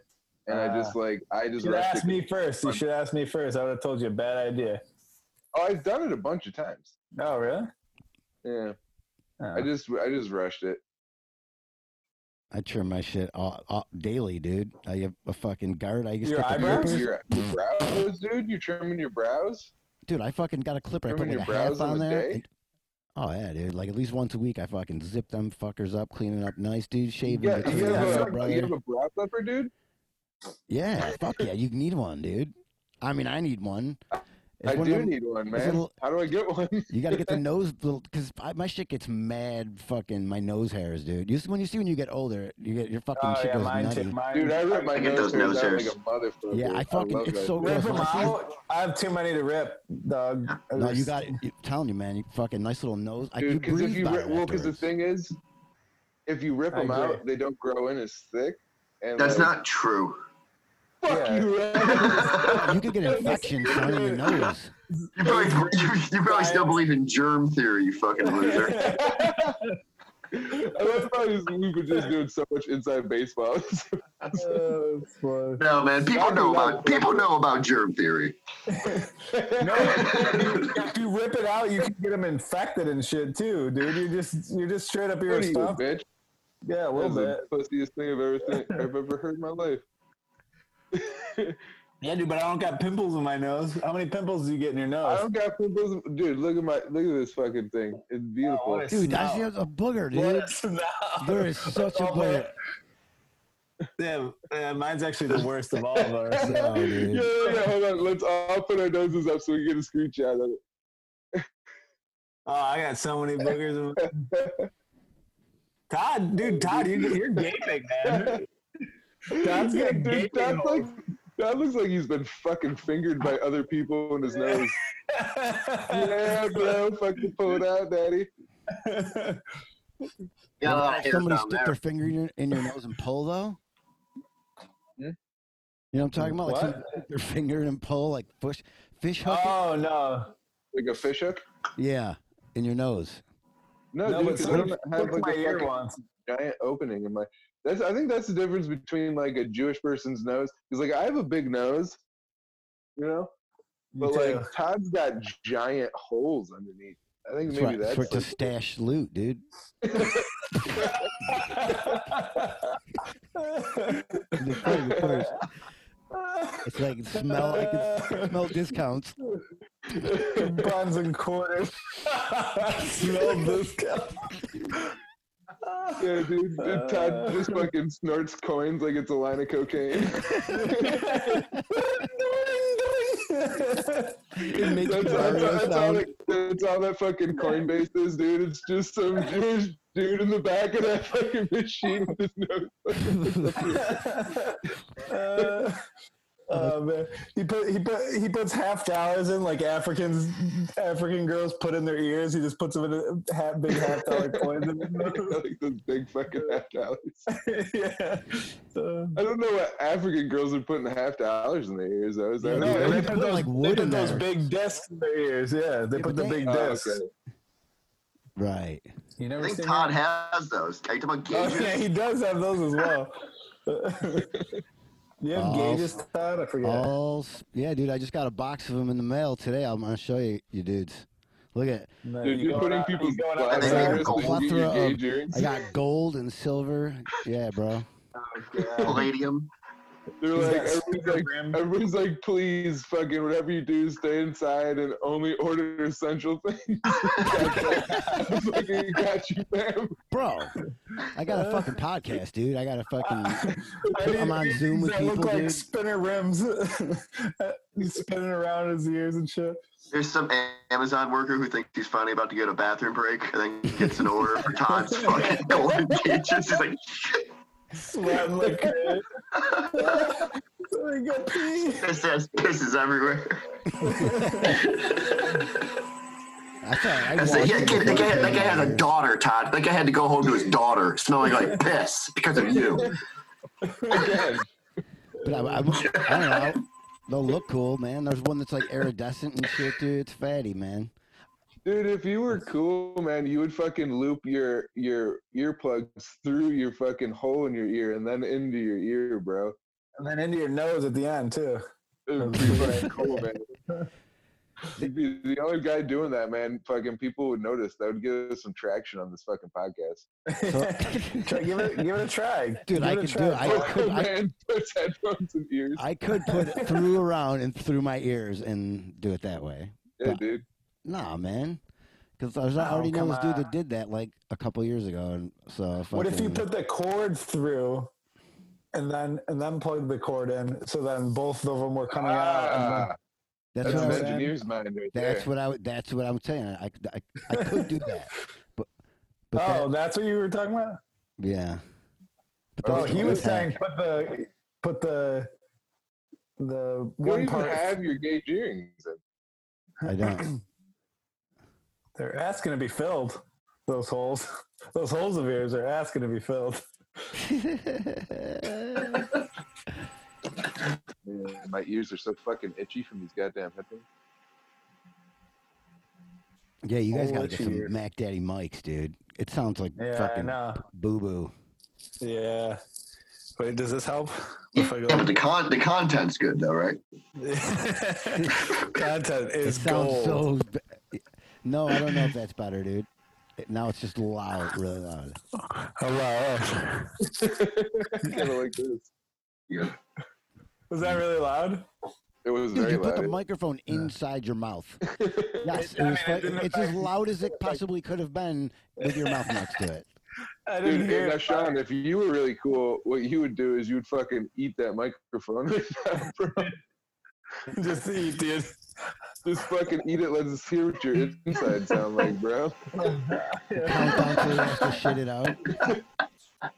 [SPEAKER 5] And I just like, I
[SPEAKER 6] You
[SPEAKER 5] just
[SPEAKER 6] should
[SPEAKER 5] rushed
[SPEAKER 6] ask
[SPEAKER 5] it.
[SPEAKER 6] me first. You should ask me first. I would have told you a bad idea.
[SPEAKER 5] Oh, I've done it a bunch of times.
[SPEAKER 6] Oh, really?
[SPEAKER 5] Yeah, I
[SPEAKER 6] Oh.
[SPEAKER 5] just, I just rushed it.
[SPEAKER 3] I trim my shit all, all, daily, dude. I have a fucking guard. I used
[SPEAKER 6] Your
[SPEAKER 3] to get the
[SPEAKER 6] eyebrows?
[SPEAKER 3] clippers.
[SPEAKER 5] Your, your brows, dude. You're trimming your brows.
[SPEAKER 3] Dude, I fucking got a clipper. I put
[SPEAKER 5] Trimming
[SPEAKER 3] like
[SPEAKER 5] your
[SPEAKER 3] a half
[SPEAKER 5] brows in
[SPEAKER 3] on
[SPEAKER 5] a
[SPEAKER 3] there.
[SPEAKER 5] day?
[SPEAKER 3] and- oh yeah, dude. Like at least once a week, I fucking zip them fuckers up, clean it up nice, dude. Shaving
[SPEAKER 5] Yeah,
[SPEAKER 3] between
[SPEAKER 5] you
[SPEAKER 3] the
[SPEAKER 6] yeah,
[SPEAKER 3] eyes,
[SPEAKER 5] have, a,
[SPEAKER 3] brother.
[SPEAKER 5] you have a brow clipper, dude.
[SPEAKER 3] Yeah, fuck yeah, you need one, dude. I mean, I need one. It's
[SPEAKER 5] I
[SPEAKER 3] one of
[SPEAKER 5] do
[SPEAKER 3] them-
[SPEAKER 5] need one,
[SPEAKER 3] it's
[SPEAKER 5] man.
[SPEAKER 3] little-
[SPEAKER 5] How do I get one?
[SPEAKER 3] You got to get the nose because my shit gets mad. Fucking my nose hairs, dude. You see, when you see when you get older, you get your fucking
[SPEAKER 6] Oh
[SPEAKER 3] shit
[SPEAKER 6] yeah,
[SPEAKER 3] goes
[SPEAKER 6] mine
[SPEAKER 3] nutty.
[SPEAKER 6] too. Mine.
[SPEAKER 5] Dude, I rip my
[SPEAKER 4] I get those
[SPEAKER 5] nose hairs
[SPEAKER 4] nose
[SPEAKER 5] out like
[SPEAKER 4] hairs.
[SPEAKER 5] a motherfucker.
[SPEAKER 3] Yeah, I fucking-
[SPEAKER 5] love
[SPEAKER 3] it's
[SPEAKER 5] that
[SPEAKER 3] so
[SPEAKER 5] shit.
[SPEAKER 6] Rip
[SPEAKER 3] gross.
[SPEAKER 6] them out. I have too many to rip, dog.
[SPEAKER 3] No, you got. I'm telling you, man. You fucking nice little nose. I you
[SPEAKER 5] Dude, because
[SPEAKER 3] breathe
[SPEAKER 5] if you
[SPEAKER 3] by
[SPEAKER 5] rip,
[SPEAKER 3] it
[SPEAKER 5] well, because the
[SPEAKER 3] afterwards.
[SPEAKER 5] thing is, if you rip
[SPEAKER 6] I
[SPEAKER 5] them
[SPEAKER 6] agree.
[SPEAKER 5] out, they don't grow in as thick. And
[SPEAKER 4] That's
[SPEAKER 5] like,
[SPEAKER 4] not true.
[SPEAKER 5] fuck
[SPEAKER 6] Yeah.
[SPEAKER 5] you. Ryan.
[SPEAKER 3] you could get an infection down in your nose.
[SPEAKER 4] You probably, you, you probably still believe in germ theory, you fucking loser.
[SPEAKER 5] I love how he's- we were just doing so much inside baseball.
[SPEAKER 6] Oh, that's funny.
[SPEAKER 4] No, man. People know about people know about germ theory.
[SPEAKER 6] No, if you rip it out, you can get them infected and shit too, dude. You're just you're just straight up
[SPEAKER 5] What are
[SPEAKER 6] your
[SPEAKER 5] you,
[SPEAKER 6] stuff.
[SPEAKER 5] bitch?
[SPEAKER 6] Yeah, a little
[SPEAKER 5] That's
[SPEAKER 6] bit.
[SPEAKER 5] the pussiest thing I've ever seen, I've ever heard in my life.
[SPEAKER 6] Yeah, dude, but I don't got pimples in my nose. How many pimples do you get in your
[SPEAKER 5] I
[SPEAKER 6] nose?
[SPEAKER 5] don't got pimples, dude. Look at my look at this fucking thing. It's beautiful.
[SPEAKER 6] what
[SPEAKER 3] Dude,
[SPEAKER 6] No.
[SPEAKER 3] I see a a booger, dude. There is such a
[SPEAKER 6] Oh, man.
[SPEAKER 3] booger.
[SPEAKER 6] Yeah, yeah, mine's actually the worst of all of ours.
[SPEAKER 3] No,
[SPEAKER 5] yeah,
[SPEAKER 3] dude.
[SPEAKER 5] yeah, yeah, hold on. Let's all put our noses up so we get a screenshot of it.
[SPEAKER 6] Oh, I got so many boogers. in my- Todd, dude, Todd, you, you're gaping, man. Todd's
[SPEAKER 5] Yeah,
[SPEAKER 6] got
[SPEAKER 5] dude,
[SPEAKER 6] gaping
[SPEAKER 5] Todd
[SPEAKER 6] holes.
[SPEAKER 5] looks- Todd looks like he's been fucking fingered by other people in his nose. yeah, bro, fucking pull it out, daddy.
[SPEAKER 4] You got a lot of hairs
[SPEAKER 3] Somebody
[SPEAKER 4] down
[SPEAKER 3] stick
[SPEAKER 4] there.
[SPEAKER 3] their finger in your, in your nose and pull though.
[SPEAKER 5] Hmm?
[SPEAKER 3] You know what I'm talking about? Like
[SPEAKER 6] What?
[SPEAKER 3] somebody stick their finger and pull, like push, fish hook. it?
[SPEAKER 6] oh no,
[SPEAKER 5] Like a fish hook?
[SPEAKER 3] Yeah, in your nose.
[SPEAKER 5] No,
[SPEAKER 6] no,
[SPEAKER 5] dude,
[SPEAKER 6] but
[SPEAKER 5] 'cause I
[SPEAKER 6] somebody
[SPEAKER 5] don't have
[SPEAKER 6] took
[SPEAKER 5] like
[SPEAKER 6] my
[SPEAKER 5] a
[SPEAKER 6] ear
[SPEAKER 5] fucking
[SPEAKER 6] once.
[SPEAKER 5] giant opening in my. That's I think that's the difference between like a Jewish person's nose. Because like I have a big nose, you know, but
[SPEAKER 6] Me
[SPEAKER 5] like
[SPEAKER 6] too.
[SPEAKER 5] Todd's got giant holes underneath. I think
[SPEAKER 3] That's
[SPEAKER 5] maybe
[SPEAKER 3] right.
[SPEAKER 5] that's.
[SPEAKER 3] for it to
[SPEAKER 5] like-
[SPEAKER 3] stash loot, dude. It'd be funny at first. It's like smell. I can smell discounts.
[SPEAKER 6] Buns and quarters. Smell this guy.
[SPEAKER 5] yeah, dude, dude, Todd just fucking snorts coins like it's a line of cocaine.
[SPEAKER 3] It makes
[SPEAKER 5] That's,
[SPEAKER 3] the
[SPEAKER 5] all- that's, all-
[SPEAKER 3] Mario
[SPEAKER 5] that's all
[SPEAKER 3] sound.
[SPEAKER 5] that, that's all that fucking Coinbase is, dude. It's just some Jewish dude in the back of that fucking machine with his nose.
[SPEAKER 6] Uh, oh man, he put he put he puts half dollars in like Africans African girls put in their ears. He just puts them in a half big half dollar coins. In their
[SPEAKER 5] like those big fucking half dollars.
[SPEAKER 6] nose. yeah. Uh,
[SPEAKER 5] I don't know what African girls are putting half dollars in their ears though. Is that
[SPEAKER 3] Yeah,
[SPEAKER 6] no,
[SPEAKER 3] they
[SPEAKER 6] they
[SPEAKER 3] put,
[SPEAKER 6] put those,
[SPEAKER 3] like,
[SPEAKER 6] they
[SPEAKER 3] wood in
[SPEAKER 6] put those
[SPEAKER 3] there.
[SPEAKER 6] big discs in their ears. Yeah, they
[SPEAKER 3] Yeah,
[SPEAKER 6] put
[SPEAKER 3] but
[SPEAKER 6] the
[SPEAKER 3] they-
[SPEAKER 6] big
[SPEAKER 5] Oh,
[SPEAKER 6] discs.
[SPEAKER 5] okay.
[SPEAKER 3] Right.
[SPEAKER 6] You
[SPEAKER 4] I
[SPEAKER 6] never
[SPEAKER 4] think
[SPEAKER 6] seen
[SPEAKER 4] Todd
[SPEAKER 6] that?
[SPEAKER 4] has those. Are you talking about
[SPEAKER 6] Oh
[SPEAKER 4] gauges?
[SPEAKER 6] yeah, he does have those as well. you have
[SPEAKER 3] Oh.
[SPEAKER 6] gauges, Todd? I forget.
[SPEAKER 3] All s- yeah, dude. I just got a box of them in the mail today. I'm gonna show you, you dudes. Look at.
[SPEAKER 6] No,
[SPEAKER 5] Dude, you're
[SPEAKER 6] going
[SPEAKER 5] putting
[SPEAKER 6] out-
[SPEAKER 5] people's
[SPEAKER 6] he's going out
[SPEAKER 5] black
[SPEAKER 4] there.
[SPEAKER 5] in
[SPEAKER 3] I got a
[SPEAKER 5] their ears so you can get
[SPEAKER 3] plethora
[SPEAKER 5] your
[SPEAKER 3] of.
[SPEAKER 5] gauge earrings.
[SPEAKER 3] I got gold and silver. Yeah, bro.
[SPEAKER 4] Palladium.
[SPEAKER 5] They're
[SPEAKER 6] He's
[SPEAKER 5] like,
[SPEAKER 6] got
[SPEAKER 5] everyone's like,
[SPEAKER 6] Instagram.
[SPEAKER 5] everyone's like, please, fucking, whatever you do, stay inside and only order essential things. I fucking got you, fam.
[SPEAKER 3] Bro, I got a fucking podcast, dude. I got a fucking.
[SPEAKER 6] I need
[SPEAKER 3] I'm on Zoom with
[SPEAKER 6] that
[SPEAKER 3] people,
[SPEAKER 6] look like
[SPEAKER 3] dude.
[SPEAKER 6] spinner rims. He's spinning around his ears and shit.
[SPEAKER 4] There's some A- Amazon worker who thinks he's finally about to get a bathroom break and then gets an order for Todd's fucking golden gauges. He's like, shit,
[SPEAKER 6] Sweating like crazy. I got pee.
[SPEAKER 4] this ass pisses everywhere.
[SPEAKER 3] I thought I
[SPEAKER 4] I said,
[SPEAKER 3] watched
[SPEAKER 4] yeah,
[SPEAKER 3] it
[SPEAKER 4] kid, that, guy, that guy had a
[SPEAKER 3] earlier.
[SPEAKER 4] daughter, Todd. That guy had to go home to his daughter smelling like piss because of you.
[SPEAKER 5] Again.
[SPEAKER 3] But I, I, I don't know. They'll look cool, man. There's one that's like iridescent and shit, dude. It's fatty, man.
[SPEAKER 5] Dude, if you were cool, man, you would fucking loop your your earplugs through your fucking hole in your ear and then into your ear, bro.
[SPEAKER 6] And then into your nose at the end too.
[SPEAKER 5] It would be fucking cool, man. You'd be the only guy doing that, man. Fucking people would notice. That would give us some traction on this fucking podcast.
[SPEAKER 6] Try, give it give it a try.
[SPEAKER 3] Dude,
[SPEAKER 6] give
[SPEAKER 3] I
[SPEAKER 6] it a
[SPEAKER 3] could do
[SPEAKER 6] try.
[SPEAKER 3] it. I could. I,
[SPEAKER 5] man puts headphones in ears.
[SPEAKER 3] I could put it through around and through my ears and do it that way.
[SPEAKER 5] yeah, dude.
[SPEAKER 3] Nah, man. Because I was- I
[SPEAKER 6] Oh,
[SPEAKER 3] already know
[SPEAKER 6] come
[SPEAKER 3] this dude that
[SPEAKER 6] on.
[SPEAKER 3] did that like a couple years ago, and so fucking,
[SPEAKER 6] what if you put the cord through and then and then plug the cord in so then both of them were coming out and then
[SPEAKER 5] Ah,
[SPEAKER 3] that's
[SPEAKER 5] that's
[SPEAKER 3] what I
[SPEAKER 5] an
[SPEAKER 3] was,
[SPEAKER 6] saying.
[SPEAKER 5] engineer's mind right
[SPEAKER 3] that's
[SPEAKER 5] there.
[SPEAKER 3] what I would- that's what I'm saying. I, I, I could do that, but but
[SPEAKER 6] oh, that's what you were talking about.
[SPEAKER 3] that, yeah. But
[SPEAKER 6] Oh,
[SPEAKER 3] that's
[SPEAKER 6] he
[SPEAKER 3] what
[SPEAKER 6] was
[SPEAKER 3] I'm
[SPEAKER 6] saying put the put the the
[SPEAKER 5] You don't
[SPEAKER 6] one
[SPEAKER 5] even
[SPEAKER 6] part.
[SPEAKER 5] have your gauge earrings. in.
[SPEAKER 3] I don't.
[SPEAKER 6] They're asking to be filled. Those holes, those holes of yours are asking to be filled.
[SPEAKER 5] Man, my ears are so fucking itchy from these goddamn headphones.
[SPEAKER 3] yeah, you guys
[SPEAKER 6] I'll
[SPEAKER 3] gotta
[SPEAKER 6] let
[SPEAKER 3] get
[SPEAKER 6] you
[SPEAKER 3] some
[SPEAKER 6] hear.
[SPEAKER 3] Mac Daddy mics, dude. It sounds like
[SPEAKER 6] Yeah, I
[SPEAKER 3] fucking
[SPEAKER 6] know.
[SPEAKER 3] boo boo.
[SPEAKER 6] Yeah. Wait, does this help?
[SPEAKER 4] Yeah,
[SPEAKER 6] If I
[SPEAKER 4] but
[SPEAKER 6] go,
[SPEAKER 4] the con the content's good though, right?
[SPEAKER 6] content
[SPEAKER 3] It
[SPEAKER 6] is
[SPEAKER 3] sounds
[SPEAKER 6] gold.
[SPEAKER 3] so. b- No, I don't know if that's better, dude. It- now it's just loud, really loud.
[SPEAKER 6] Hello.
[SPEAKER 5] kind of like this.
[SPEAKER 4] Yeah.
[SPEAKER 6] Was that really loud?
[SPEAKER 5] It was
[SPEAKER 3] Dude,
[SPEAKER 5] very
[SPEAKER 3] you put
[SPEAKER 5] loud.
[SPEAKER 3] the microphone inside your mouth. Yes, it
[SPEAKER 6] I
[SPEAKER 3] was
[SPEAKER 6] mean,
[SPEAKER 3] fu-
[SPEAKER 6] it didn't
[SPEAKER 3] it's as loud as it possibly could have been with your mouth next to it.
[SPEAKER 6] I didn't
[SPEAKER 5] Dude, and
[SPEAKER 6] hear.
[SPEAKER 5] now
[SPEAKER 6] it.
[SPEAKER 5] Sean, if you were really cool, what you would do is you would fucking eat that microphone right now, bro.
[SPEAKER 6] Just eat, dude.
[SPEAKER 5] Just fucking eat it. Let's hear what your inside sound like, bro.
[SPEAKER 3] Countdown till he has to shit it out.
[SPEAKER 5] like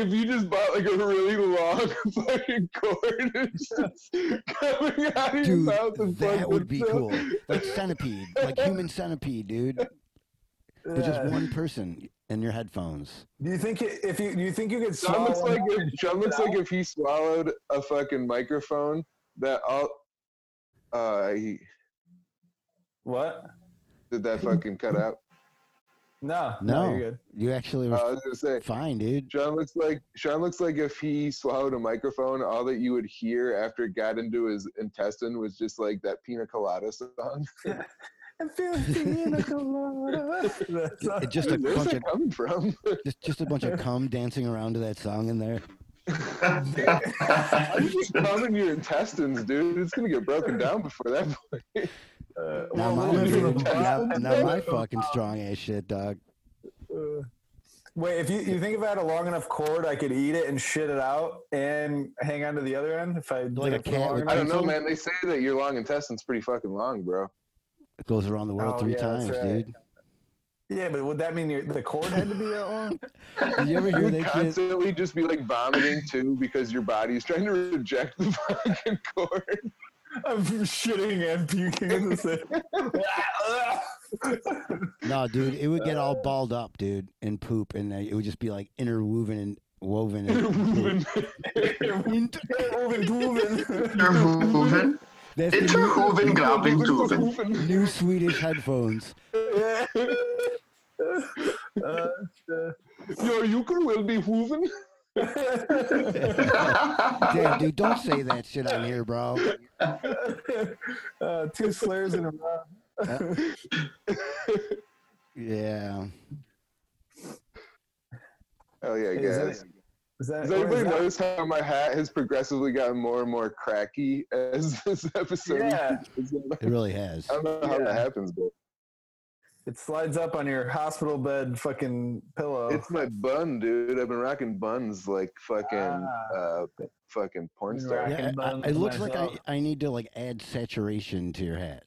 [SPEAKER 5] if you just bought like a really long fucking cord and it's just coming out of your
[SPEAKER 3] Dude,
[SPEAKER 5] mouth and
[SPEAKER 3] that
[SPEAKER 5] fucking
[SPEAKER 3] would be
[SPEAKER 5] stuff.
[SPEAKER 3] cool. Like centipede, like human centipede, dude. But just
[SPEAKER 6] Yeah.
[SPEAKER 3] one person in your headphones.
[SPEAKER 6] Do you think it, if you do you think you could
[SPEAKER 5] Sean
[SPEAKER 6] swallow?
[SPEAKER 5] looks like
[SPEAKER 6] it?
[SPEAKER 5] if, Sean looks like if he swallowed a fucking microphone that all uh he
[SPEAKER 6] what?
[SPEAKER 5] did that fucking cut out.
[SPEAKER 6] No,
[SPEAKER 3] No,
[SPEAKER 6] you're good.
[SPEAKER 3] you actually
[SPEAKER 5] Uh,
[SPEAKER 3] were
[SPEAKER 5] I was gonna say
[SPEAKER 3] fine, dude.
[SPEAKER 5] Sean looks like Sean looks like if he swallowed a microphone, all that you would hear after it got into his intestine was just like that pina colada song.
[SPEAKER 6] I'm feeling pina colada. That's not-
[SPEAKER 3] It just a
[SPEAKER 5] Dude, where's
[SPEAKER 3] bunch
[SPEAKER 5] that
[SPEAKER 3] of
[SPEAKER 5] coming from?
[SPEAKER 3] just, just a bunch of cum dancing around to that song in there.
[SPEAKER 5] How do you get cum in your intestines, dude? It's gonna get broken down before that point.
[SPEAKER 6] uh,
[SPEAKER 3] Now
[SPEAKER 6] well,
[SPEAKER 3] my,
[SPEAKER 6] we'll do
[SPEAKER 3] dude,
[SPEAKER 6] it.
[SPEAKER 3] now, now my fucking strong ass shit, dog.
[SPEAKER 6] Uh, Wait, if you, you think if I had a long enough cord, I could eat it and shit it out and hang on to the other end. If I did
[SPEAKER 3] Like a
[SPEAKER 6] it for
[SPEAKER 3] cat
[SPEAKER 6] long
[SPEAKER 3] with
[SPEAKER 5] I
[SPEAKER 6] enough?
[SPEAKER 5] don't know, man. They say that your long intestine's pretty fucking long, bro.
[SPEAKER 3] It goes around the world
[SPEAKER 6] Oh,
[SPEAKER 3] three
[SPEAKER 6] yeah, that's
[SPEAKER 3] times,
[SPEAKER 6] right.
[SPEAKER 3] dude.
[SPEAKER 6] Yeah, but would that mean your, the cord had to be that long?
[SPEAKER 3] Did you ever
[SPEAKER 5] You
[SPEAKER 3] hear
[SPEAKER 5] would
[SPEAKER 3] that shit?
[SPEAKER 5] constantly just be like vomiting too because your body's trying to reject the fucking cord.
[SPEAKER 6] I'm shitting and puking in the same.
[SPEAKER 3] No, dude, it would get all balled up, dude, and poop, and uh, it would just be like interwoven and woven. And
[SPEAKER 6] Oven, poovin.
[SPEAKER 4] Interhoven.
[SPEAKER 3] That's the new,
[SPEAKER 4] Interhoven, Graupenhoven.
[SPEAKER 3] new Swedish headphones.
[SPEAKER 6] Uh,
[SPEAKER 5] Your euchre will be hooven.
[SPEAKER 3] Damn, dude, don't say that shit on here, bro.
[SPEAKER 6] uh, two slurs in a row.
[SPEAKER 3] Yeah.
[SPEAKER 5] Hell yeah,
[SPEAKER 6] Is that-
[SPEAKER 5] guys.
[SPEAKER 6] Is that,
[SPEAKER 5] Does
[SPEAKER 6] what is
[SPEAKER 5] anybody
[SPEAKER 6] that?
[SPEAKER 5] notice how my hat has progressively gotten more and more cracky as this episode?
[SPEAKER 6] Yeah.
[SPEAKER 5] I
[SPEAKER 3] It really has.
[SPEAKER 5] don't know how
[SPEAKER 6] Yeah.
[SPEAKER 5] that happens, but
[SPEAKER 6] It slides up on your hospital bed fucking pillow.
[SPEAKER 5] It's my bun, dude. I've been rocking buns like fucking,
[SPEAKER 6] Ah.
[SPEAKER 5] uh, fucking porn
[SPEAKER 6] Been
[SPEAKER 5] star.
[SPEAKER 6] rocking-
[SPEAKER 3] Yeah, I- I-
[SPEAKER 6] bun
[SPEAKER 3] it looks like I,
[SPEAKER 6] myself.
[SPEAKER 3] I need to like add saturation to your hat.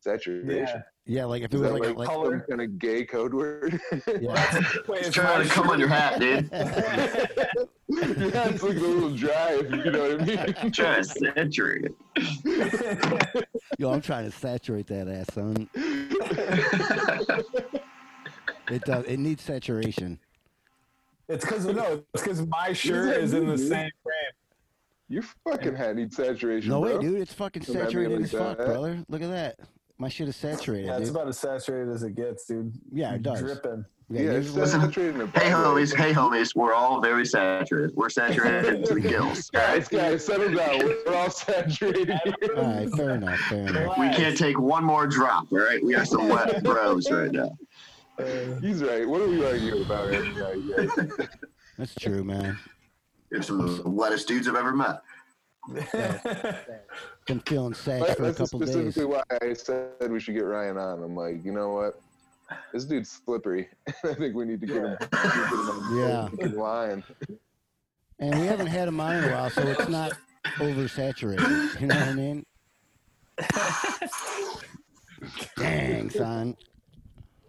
[SPEAKER 5] Saturation.
[SPEAKER 3] Yeah, like if it
[SPEAKER 5] Is
[SPEAKER 3] was
[SPEAKER 5] that
[SPEAKER 3] like,
[SPEAKER 5] like,
[SPEAKER 3] a- like
[SPEAKER 5] some
[SPEAKER 6] color?
[SPEAKER 5] kind of gay code word?
[SPEAKER 3] yeah.
[SPEAKER 6] Wait,
[SPEAKER 4] It's
[SPEAKER 6] it's
[SPEAKER 4] trying to
[SPEAKER 6] my-
[SPEAKER 4] come on your hat, dude.
[SPEAKER 5] yeah, it's like a little dry, if you know what I mean.
[SPEAKER 4] Trying to saturate it.
[SPEAKER 3] Yo, I'm trying to saturate that ass, son. It does. It needs saturation.
[SPEAKER 6] It's because no, it's because my shirt is in the
[SPEAKER 5] mean, dude?
[SPEAKER 6] same frame.
[SPEAKER 5] Your fucking hat needs saturation.
[SPEAKER 3] No
[SPEAKER 5] bro.
[SPEAKER 3] way, dude. It's fucking
[SPEAKER 5] Come at me
[SPEAKER 3] saturated
[SPEAKER 5] like
[SPEAKER 3] as fuck,
[SPEAKER 5] that.
[SPEAKER 3] brother. Look at that. My shit is saturated,
[SPEAKER 6] Yeah, it's
[SPEAKER 3] dude.
[SPEAKER 6] about as saturated as it gets, dude.
[SPEAKER 3] Yeah, it does.
[SPEAKER 6] Dripping.
[SPEAKER 5] Yeah, it's
[SPEAKER 3] there's a little-
[SPEAKER 5] saturated. in a
[SPEAKER 4] Hey
[SPEAKER 5] bad way.
[SPEAKER 4] homies, hey homies, we're all very saturated. We're saturated to the gills.
[SPEAKER 5] Guys, guys, settle down. We're all saturated. here.
[SPEAKER 3] all right, fair enough, fair enough.
[SPEAKER 4] We can't take one more drop, all right? We are some wet bros right now.
[SPEAKER 5] He's right. What are we arguing about right now, you guys?
[SPEAKER 3] That's true, man.
[SPEAKER 4] There's some of the wettest dudes I've ever met.
[SPEAKER 3] Been feeling sad
[SPEAKER 5] That-
[SPEAKER 3] for a
[SPEAKER 5] That's
[SPEAKER 3] couple
[SPEAKER 5] specifically
[SPEAKER 3] days.
[SPEAKER 5] why I said we should get Ryan on. I'm like, you know what? This dude's slippery. I think we need to get him.
[SPEAKER 3] Yeah,
[SPEAKER 5] in line.
[SPEAKER 3] and we haven't had him on in a while, so it's not oversaturated. You know what I mean? Dang, son.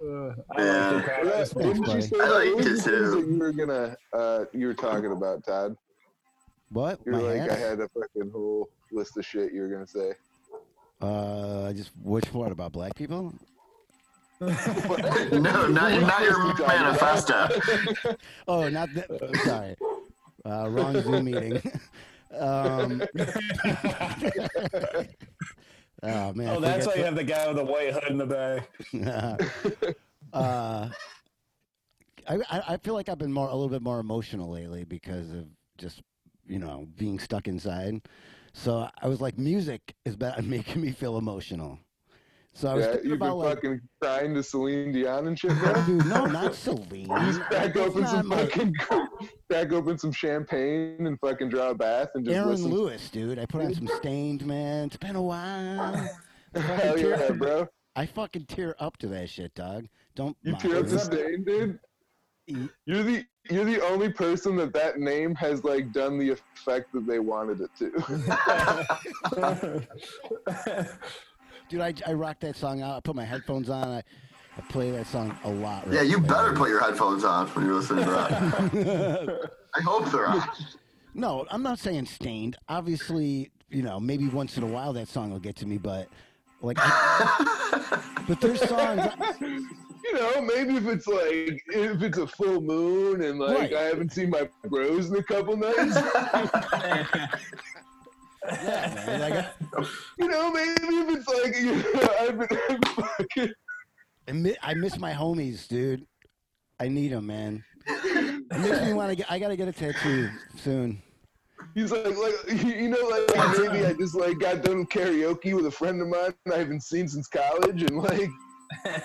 [SPEAKER 6] Oh,
[SPEAKER 4] Yeah.
[SPEAKER 5] Didn't you
[SPEAKER 3] buddy.
[SPEAKER 5] say
[SPEAKER 4] I
[SPEAKER 5] that?
[SPEAKER 4] like
[SPEAKER 5] What
[SPEAKER 4] to
[SPEAKER 5] was the
[SPEAKER 4] do.
[SPEAKER 5] thing that you were gonna? Uh, you were talking about Todd.
[SPEAKER 3] What?
[SPEAKER 5] You're
[SPEAKER 3] My
[SPEAKER 5] like,
[SPEAKER 3] hat?
[SPEAKER 5] I had a fucking whole list of shit you were gonna say.
[SPEAKER 3] Uh, I just which one about black people?
[SPEAKER 4] No, not, not your manifesto.
[SPEAKER 3] Oh, not that. Sorry, uh, wrong Zoom meeting. um, oh man! I
[SPEAKER 6] Oh, that's why you
[SPEAKER 3] forget
[SPEAKER 6] have the guy with the white hood in the back.
[SPEAKER 3] the- uh, I I I feel like I've been more a little bit more emotional lately because of just you know being stuck inside. So I was like, music is about making me feel emotional. So I was
[SPEAKER 5] Yeah,
[SPEAKER 3] thinking
[SPEAKER 5] you've been
[SPEAKER 3] about like,
[SPEAKER 5] fucking crying to Celine Dion and shit, bro.
[SPEAKER 3] dude, no, not Celine.
[SPEAKER 5] He's back
[SPEAKER 3] That's
[SPEAKER 5] open
[SPEAKER 3] not
[SPEAKER 5] some
[SPEAKER 3] my-
[SPEAKER 5] fucking crack open some champagne and fucking draw a bath and just
[SPEAKER 3] Aaron
[SPEAKER 5] listen.
[SPEAKER 3] Lewis, dude. I put on some stained, man. It's been a while. I fucking,
[SPEAKER 5] Hell
[SPEAKER 3] tear,
[SPEAKER 5] yeah, bro!
[SPEAKER 3] I fucking tear up to that shit, dog. Don't
[SPEAKER 5] You
[SPEAKER 3] mock
[SPEAKER 5] tear up
[SPEAKER 3] me.
[SPEAKER 5] the stain, dude. You're the you're the only person that that name has like done the effect that they wanted it to.
[SPEAKER 3] Dude, I, I rocked that song out. I put my headphones on. I, I play that song a lot.
[SPEAKER 4] Yeah,
[SPEAKER 3] right
[SPEAKER 4] you
[SPEAKER 3] now.
[SPEAKER 4] better put your headphones on when you're listening to that. I hope they're on.
[SPEAKER 3] No, I'm not saying stained. Obviously, you know, maybe once in a while that song will get to me, but like, I- but there's songs.
[SPEAKER 5] you know, maybe if it's like if it's a full moon and like
[SPEAKER 3] Right.
[SPEAKER 5] I haven't seen my bros in a couple nights.
[SPEAKER 3] Yeah, man, like, I-
[SPEAKER 5] you know, maybe if it's like you know, I've been I'm fucking.
[SPEAKER 3] I mi- I miss my homies, dude. I need them, man. It makes me want to get. I gotta get a tattoo soon.
[SPEAKER 5] He's like, like you know, like maybe I just like got done karaoke with a friend of mine I haven't seen since college, and like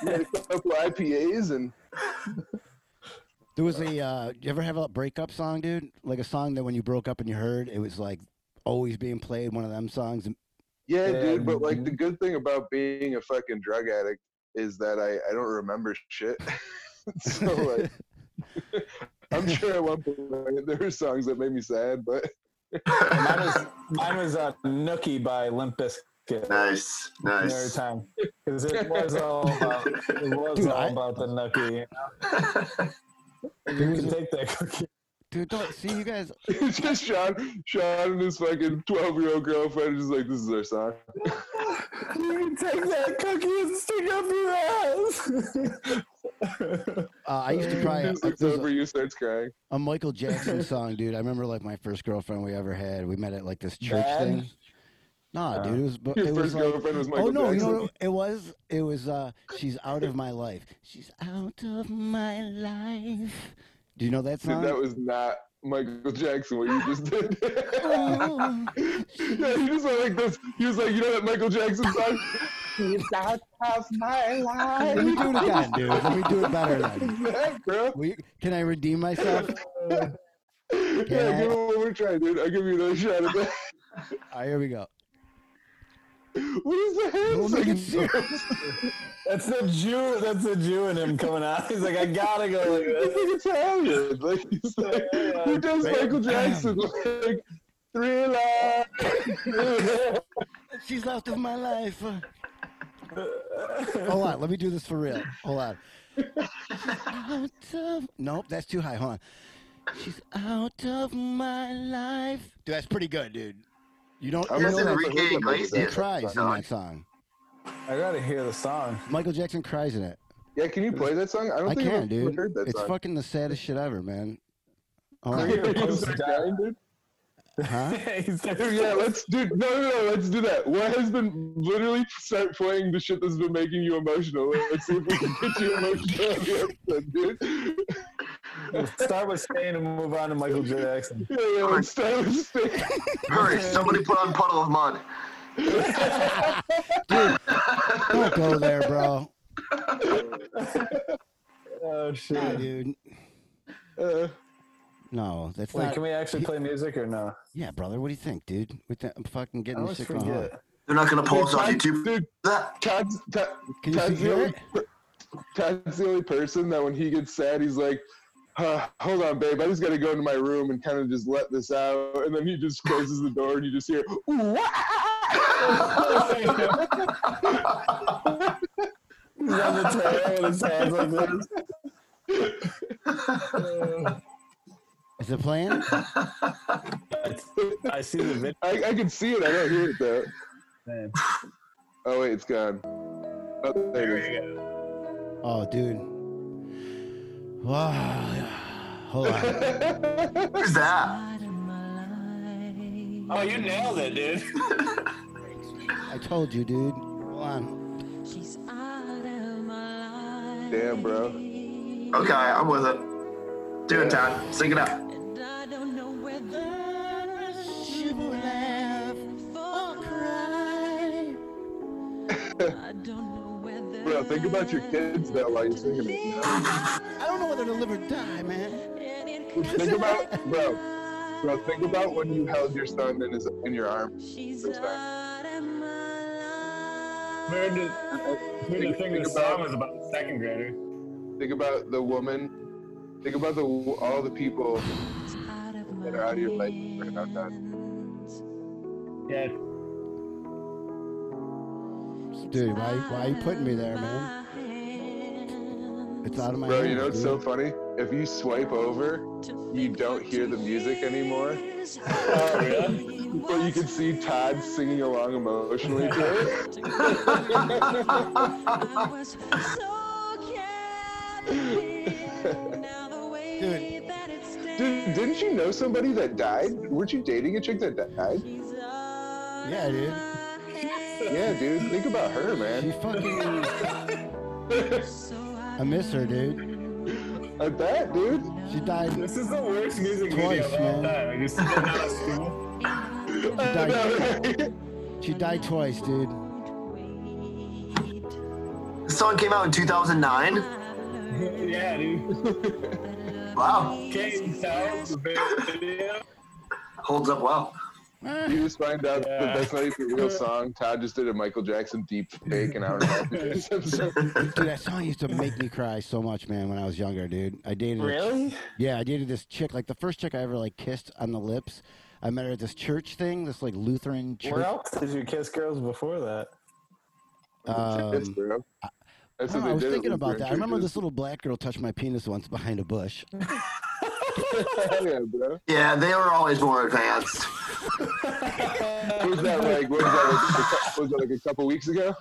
[SPEAKER 5] we had a couple IPAs and.
[SPEAKER 3] There was a. Uh, you ever have a breakup song, dude? Like a song that when you broke up and you heard, it was like always being played. One of them songs.
[SPEAKER 5] Yeah,
[SPEAKER 6] Yeah,
[SPEAKER 5] dude. But like
[SPEAKER 6] mhm.
[SPEAKER 5] the
[SPEAKER 3] mm-hmm.
[SPEAKER 5] good thing about being a fucking drug addict is that I, I don't remember shit. so like, I'm sure at one point there were songs that made me sad, but
[SPEAKER 6] Mine was, mine was uh, Nookie by Limp Bizkit.
[SPEAKER 4] Nice,
[SPEAKER 6] Every
[SPEAKER 4] nice.
[SPEAKER 6] time, because it was all about, it was
[SPEAKER 3] Dude,
[SPEAKER 6] all
[SPEAKER 3] I-
[SPEAKER 6] about the nookie.
[SPEAKER 3] There
[SPEAKER 6] You
[SPEAKER 3] was
[SPEAKER 6] can
[SPEAKER 3] a,
[SPEAKER 6] take that cookie.
[SPEAKER 3] dude, don't see you guys.
[SPEAKER 5] it's just Sean, Sean and his fucking twelve year old girlfriend are just like, this is our song.
[SPEAKER 6] You can take that cookie and stick up your ass.
[SPEAKER 3] Uh, I used to cry.
[SPEAKER 5] Just
[SPEAKER 3] There's
[SPEAKER 5] looks
[SPEAKER 3] a-
[SPEAKER 5] over you, starts crying.
[SPEAKER 3] a Michael Jackson song, dude. I remember like my first girlfriend we ever had. We met at like this church
[SPEAKER 6] Bad?
[SPEAKER 3] thing. Nah, dude, it was. bu-
[SPEAKER 5] Uh, Your
[SPEAKER 3] it was
[SPEAKER 5] first
[SPEAKER 3] like,
[SPEAKER 5] girlfriend was Michael
[SPEAKER 3] oh no, you
[SPEAKER 5] Jackson.
[SPEAKER 3] know what it was? It was. uh She's out of my life. She's out of my life. Do you know that
[SPEAKER 5] Dude,
[SPEAKER 3] song?
[SPEAKER 5] that was not Michael Jackson. What you just did.
[SPEAKER 3] Oh,
[SPEAKER 5] Yeah, he just went like this. He was like, you know that Michael Jackson song? He's out of my life.
[SPEAKER 3] Let me do it again, dude. Let me do it better then.
[SPEAKER 5] that, bro?
[SPEAKER 3] Will you- can I redeem myself?
[SPEAKER 5] Yeah,
[SPEAKER 3] Yeah.
[SPEAKER 5] give it one more try, dude. I'll give you another shot at that.
[SPEAKER 3] All right, here we go.
[SPEAKER 5] What is the
[SPEAKER 3] We'll make it
[SPEAKER 5] hand signal?
[SPEAKER 3] serious.
[SPEAKER 6] that's the Jew. That's the Jew in him coming out. He's like, I gotta go like this.
[SPEAKER 5] It's like Italian. Like, he's like, who does Michael Jackson? Like, thriller.
[SPEAKER 3] She's out of my life. Hold on, let me do this for real. Hold on. Out of nope, that's too high. Hold on. She's out of my life. Dude, that's pretty good, dude. You don't.
[SPEAKER 5] I
[SPEAKER 3] You
[SPEAKER 4] That's
[SPEAKER 5] must
[SPEAKER 3] know
[SPEAKER 5] have
[SPEAKER 3] that
[SPEAKER 5] re-
[SPEAKER 4] Enrique
[SPEAKER 3] he
[SPEAKER 4] Iglesias.
[SPEAKER 3] cries in
[SPEAKER 4] No,
[SPEAKER 3] that song.
[SPEAKER 6] I gotta hear the song.
[SPEAKER 3] Michael Jackson cries in it.
[SPEAKER 5] yeah, can you play that song? I don't
[SPEAKER 3] I can,
[SPEAKER 5] think I've ever
[SPEAKER 3] dude.
[SPEAKER 5] heard that
[SPEAKER 3] It's
[SPEAKER 5] song.
[SPEAKER 3] fucking the saddest shit ever, man. Hold
[SPEAKER 5] Can
[SPEAKER 3] on.
[SPEAKER 5] we hear
[SPEAKER 6] Close
[SPEAKER 5] Start
[SPEAKER 6] down.
[SPEAKER 5] Dying, dude?
[SPEAKER 3] huh?
[SPEAKER 6] He's
[SPEAKER 5] Dude, yeah, let's do. No, no, no, let's do that. What has been literally start playing the shit that's been making you emotional. Let's see if we can get you emotional every episode, dude.
[SPEAKER 6] Start with Stain and move on to Michael Jackson.
[SPEAKER 5] Yeah, yeah, let's start with Sting.
[SPEAKER 4] Hurry, somebody put on puddle of mud.
[SPEAKER 3] Don't go there, bro.
[SPEAKER 6] Oh
[SPEAKER 3] Nah,
[SPEAKER 6] shit!
[SPEAKER 3] dude.
[SPEAKER 5] Uh,
[SPEAKER 3] No, that's
[SPEAKER 6] Wait,
[SPEAKER 3] not.
[SPEAKER 6] can we actually play music or no?
[SPEAKER 3] Yeah, brother. What do you think, dude? With that, I'm fucking
[SPEAKER 6] I
[SPEAKER 3] getting this
[SPEAKER 6] always
[SPEAKER 3] shit going. on.
[SPEAKER 6] forget.
[SPEAKER 4] They're not gonna pull us off
[SPEAKER 5] Todd-
[SPEAKER 4] YouTube.
[SPEAKER 5] Dude,
[SPEAKER 4] That
[SPEAKER 5] Todd's, Todd,
[SPEAKER 3] Can you
[SPEAKER 5] Todd's,
[SPEAKER 3] see
[SPEAKER 5] the
[SPEAKER 3] it?
[SPEAKER 5] only, per- Todd's the only person that when he gets sad, he's like, "Huh, hold on, babe, I just gotta go into my room and kind of just let this out. And then he just closes the door and you just hear, "Ooh, wah!"
[SPEAKER 6] He's on the toilet with his hands like this.
[SPEAKER 3] Is it playing?
[SPEAKER 6] I see the video.
[SPEAKER 5] I, I can see it, I don't hear it though. Oh, wait, it's gone. Oh, there it is.
[SPEAKER 3] Oh, dude. Wow. Hold on.
[SPEAKER 4] who's that?
[SPEAKER 6] Oh, you nailed it, dude.
[SPEAKER 3] I told you, dude. Hold on.
[SPEAKER 7] She's out of my life.
[SPEAKER 5] Damn, bro.
[SPEAKER 4] Okay, I'm with it. Do it, Todd. Sing it up.
[SPEAKER 7] And I don't know whether
[SPEAKER 3] She will laugh
[SPEAKER 7] for
[SPEAKER 3] cry.
[SPEAKER 7] I don't know whether
[SPEAKER 5] Bro, think about your kids though while you're singing it. You know?
[SPEAKER 3] I don't know whether to live or die, man.
[SPEAKER 7] and it
[SPEAKER 5] Think about, bro, bro. Think about when you held your son in his in your arm.
[SPEAKER 7] She's
[SPEAKER 5] First
[SPEAKER 7] out of my life.
[SPEAKER 8] Compared to, compared to
[SPEAKER 5] Think-
[SPEAKER 8] think
[SPEAKER 5] think
[SPEAKER 8] this
[SPEAKER 5] about-
[SPEAKER 8] song was about a second grader.
[SPEAKER 5] Think about the woman. Think about the all the people.
[SPEAKER 7] Out of my
[SPEAKER 5] That are out of your life right now, Dad.
[SPEAKER 7] hands.
[SPEAKER 8] Yeah,
[SPEAKER 3] Dude, why, why you putting me there, man?
[SPEAKER 7] My hands.
[SPEAKER 3] It's out of my
[SPEAKER 5] Bro,
[SPEAKER 3] hands,
[SPEAKER 5] you know what's so
[SPEAKER 3] dude.
[SPEAKER 5] funny? If you swipe over, you don't hear the music anymore.
[SPEAKER 7] Oh, really?
[SPEAKER 5] But you can see Todd singing along emotionally to it.
[SPEAKER 7] I was so captivated. Now the way
[SPEAKER 3] Dude.
[SPEAKER 7] that it
[SPEAKER 5] Dude,
[SPEAKER 7] stands,
[SPEAKER 5] didn't you know somebody that died? Weren't you dating a chick that died?
[SPEAKER 7] she's out
[SPEAKER 3] Yeah,
[SPEAKER 7] of
[SPEAKER 3] dude.
[SPEAKER 7] my hands.
[SPEAKER 5] Yeah, dude. Think about her,
[SPEAKER 3] She
[SPEAKER 5] man.
[SPEAKER 3] fucking.
[SPEAKER 7] So
[SPEAKER 3] I miss her, dude.
[SPEAKER 5] I bet, dude.
[SPEAKER 3] She died.
[SPEAKER 8] this is the worst music video
[SPEAKER 3] Twice,
[SPEAKER 8] of all
[SPEAKER 3] man.
[SPEAKER 8] time. You sit down at school.
[SPEAKER 5] I
[SPEAKER 3] died.
[SPEAKER 5] know, right?
[SPEAKER 3] She died twice, dude.
[SPEAKER 4] The song came out in 2009.
[SPEAKER 8] Yeah, dude.
[SPEAKER 4] Wow,
[SPEAKER 8] Came out the video.
[SPEAKER 4] holds up well.
[SPEAKER 5] You just find out that
[SPEAKER 8] Yeah.
[SPEAKER 5] that's not even a real song. Todd just did a Michael Jackson deep fake an hour and a half. ago. So-
[SPEAKER 3] Dude, that song used to make me cry so much, man, when I was younger, dude. I dated. a-
[SPEAKER 6] Really?
[SPEAKER 3] Yeah, I dated this chick. Like the first chick I ever like kissed on the lips. I met her at this church thing, this like Lutheran
[SPEAKER 6] Where
[SPEAKER 3] church.
[SPEAKER 6] else did you kiss girls before that?
[SPEAKER 5] Yes,
[SPEAKER 3] Um,
[SPEAKER 5] bro.
[SPEAKER 3] I,
[SPEAKER 5] That's
[SPEAKER 3] don't
[SPEAKER 5] what
[SPEAKER 3] know, Oh, I was
[SPEAKER 5] they did at
[SPEAKER 3] thinking about
[SPEAKER 5] Lutheran
[SPEAKER 3] that. I remember
[SPEAKER 5] churches.
[SPEAKER 3] this little black girl touched my penis once behind a bush.
[SPEAKER 5] Hell yeah, bro.
[SPEAKER 4] Yeah, they were always more advanced.
[SPEAKER 5] Was that like what was that like, a cou- was that like a couple weeks ago?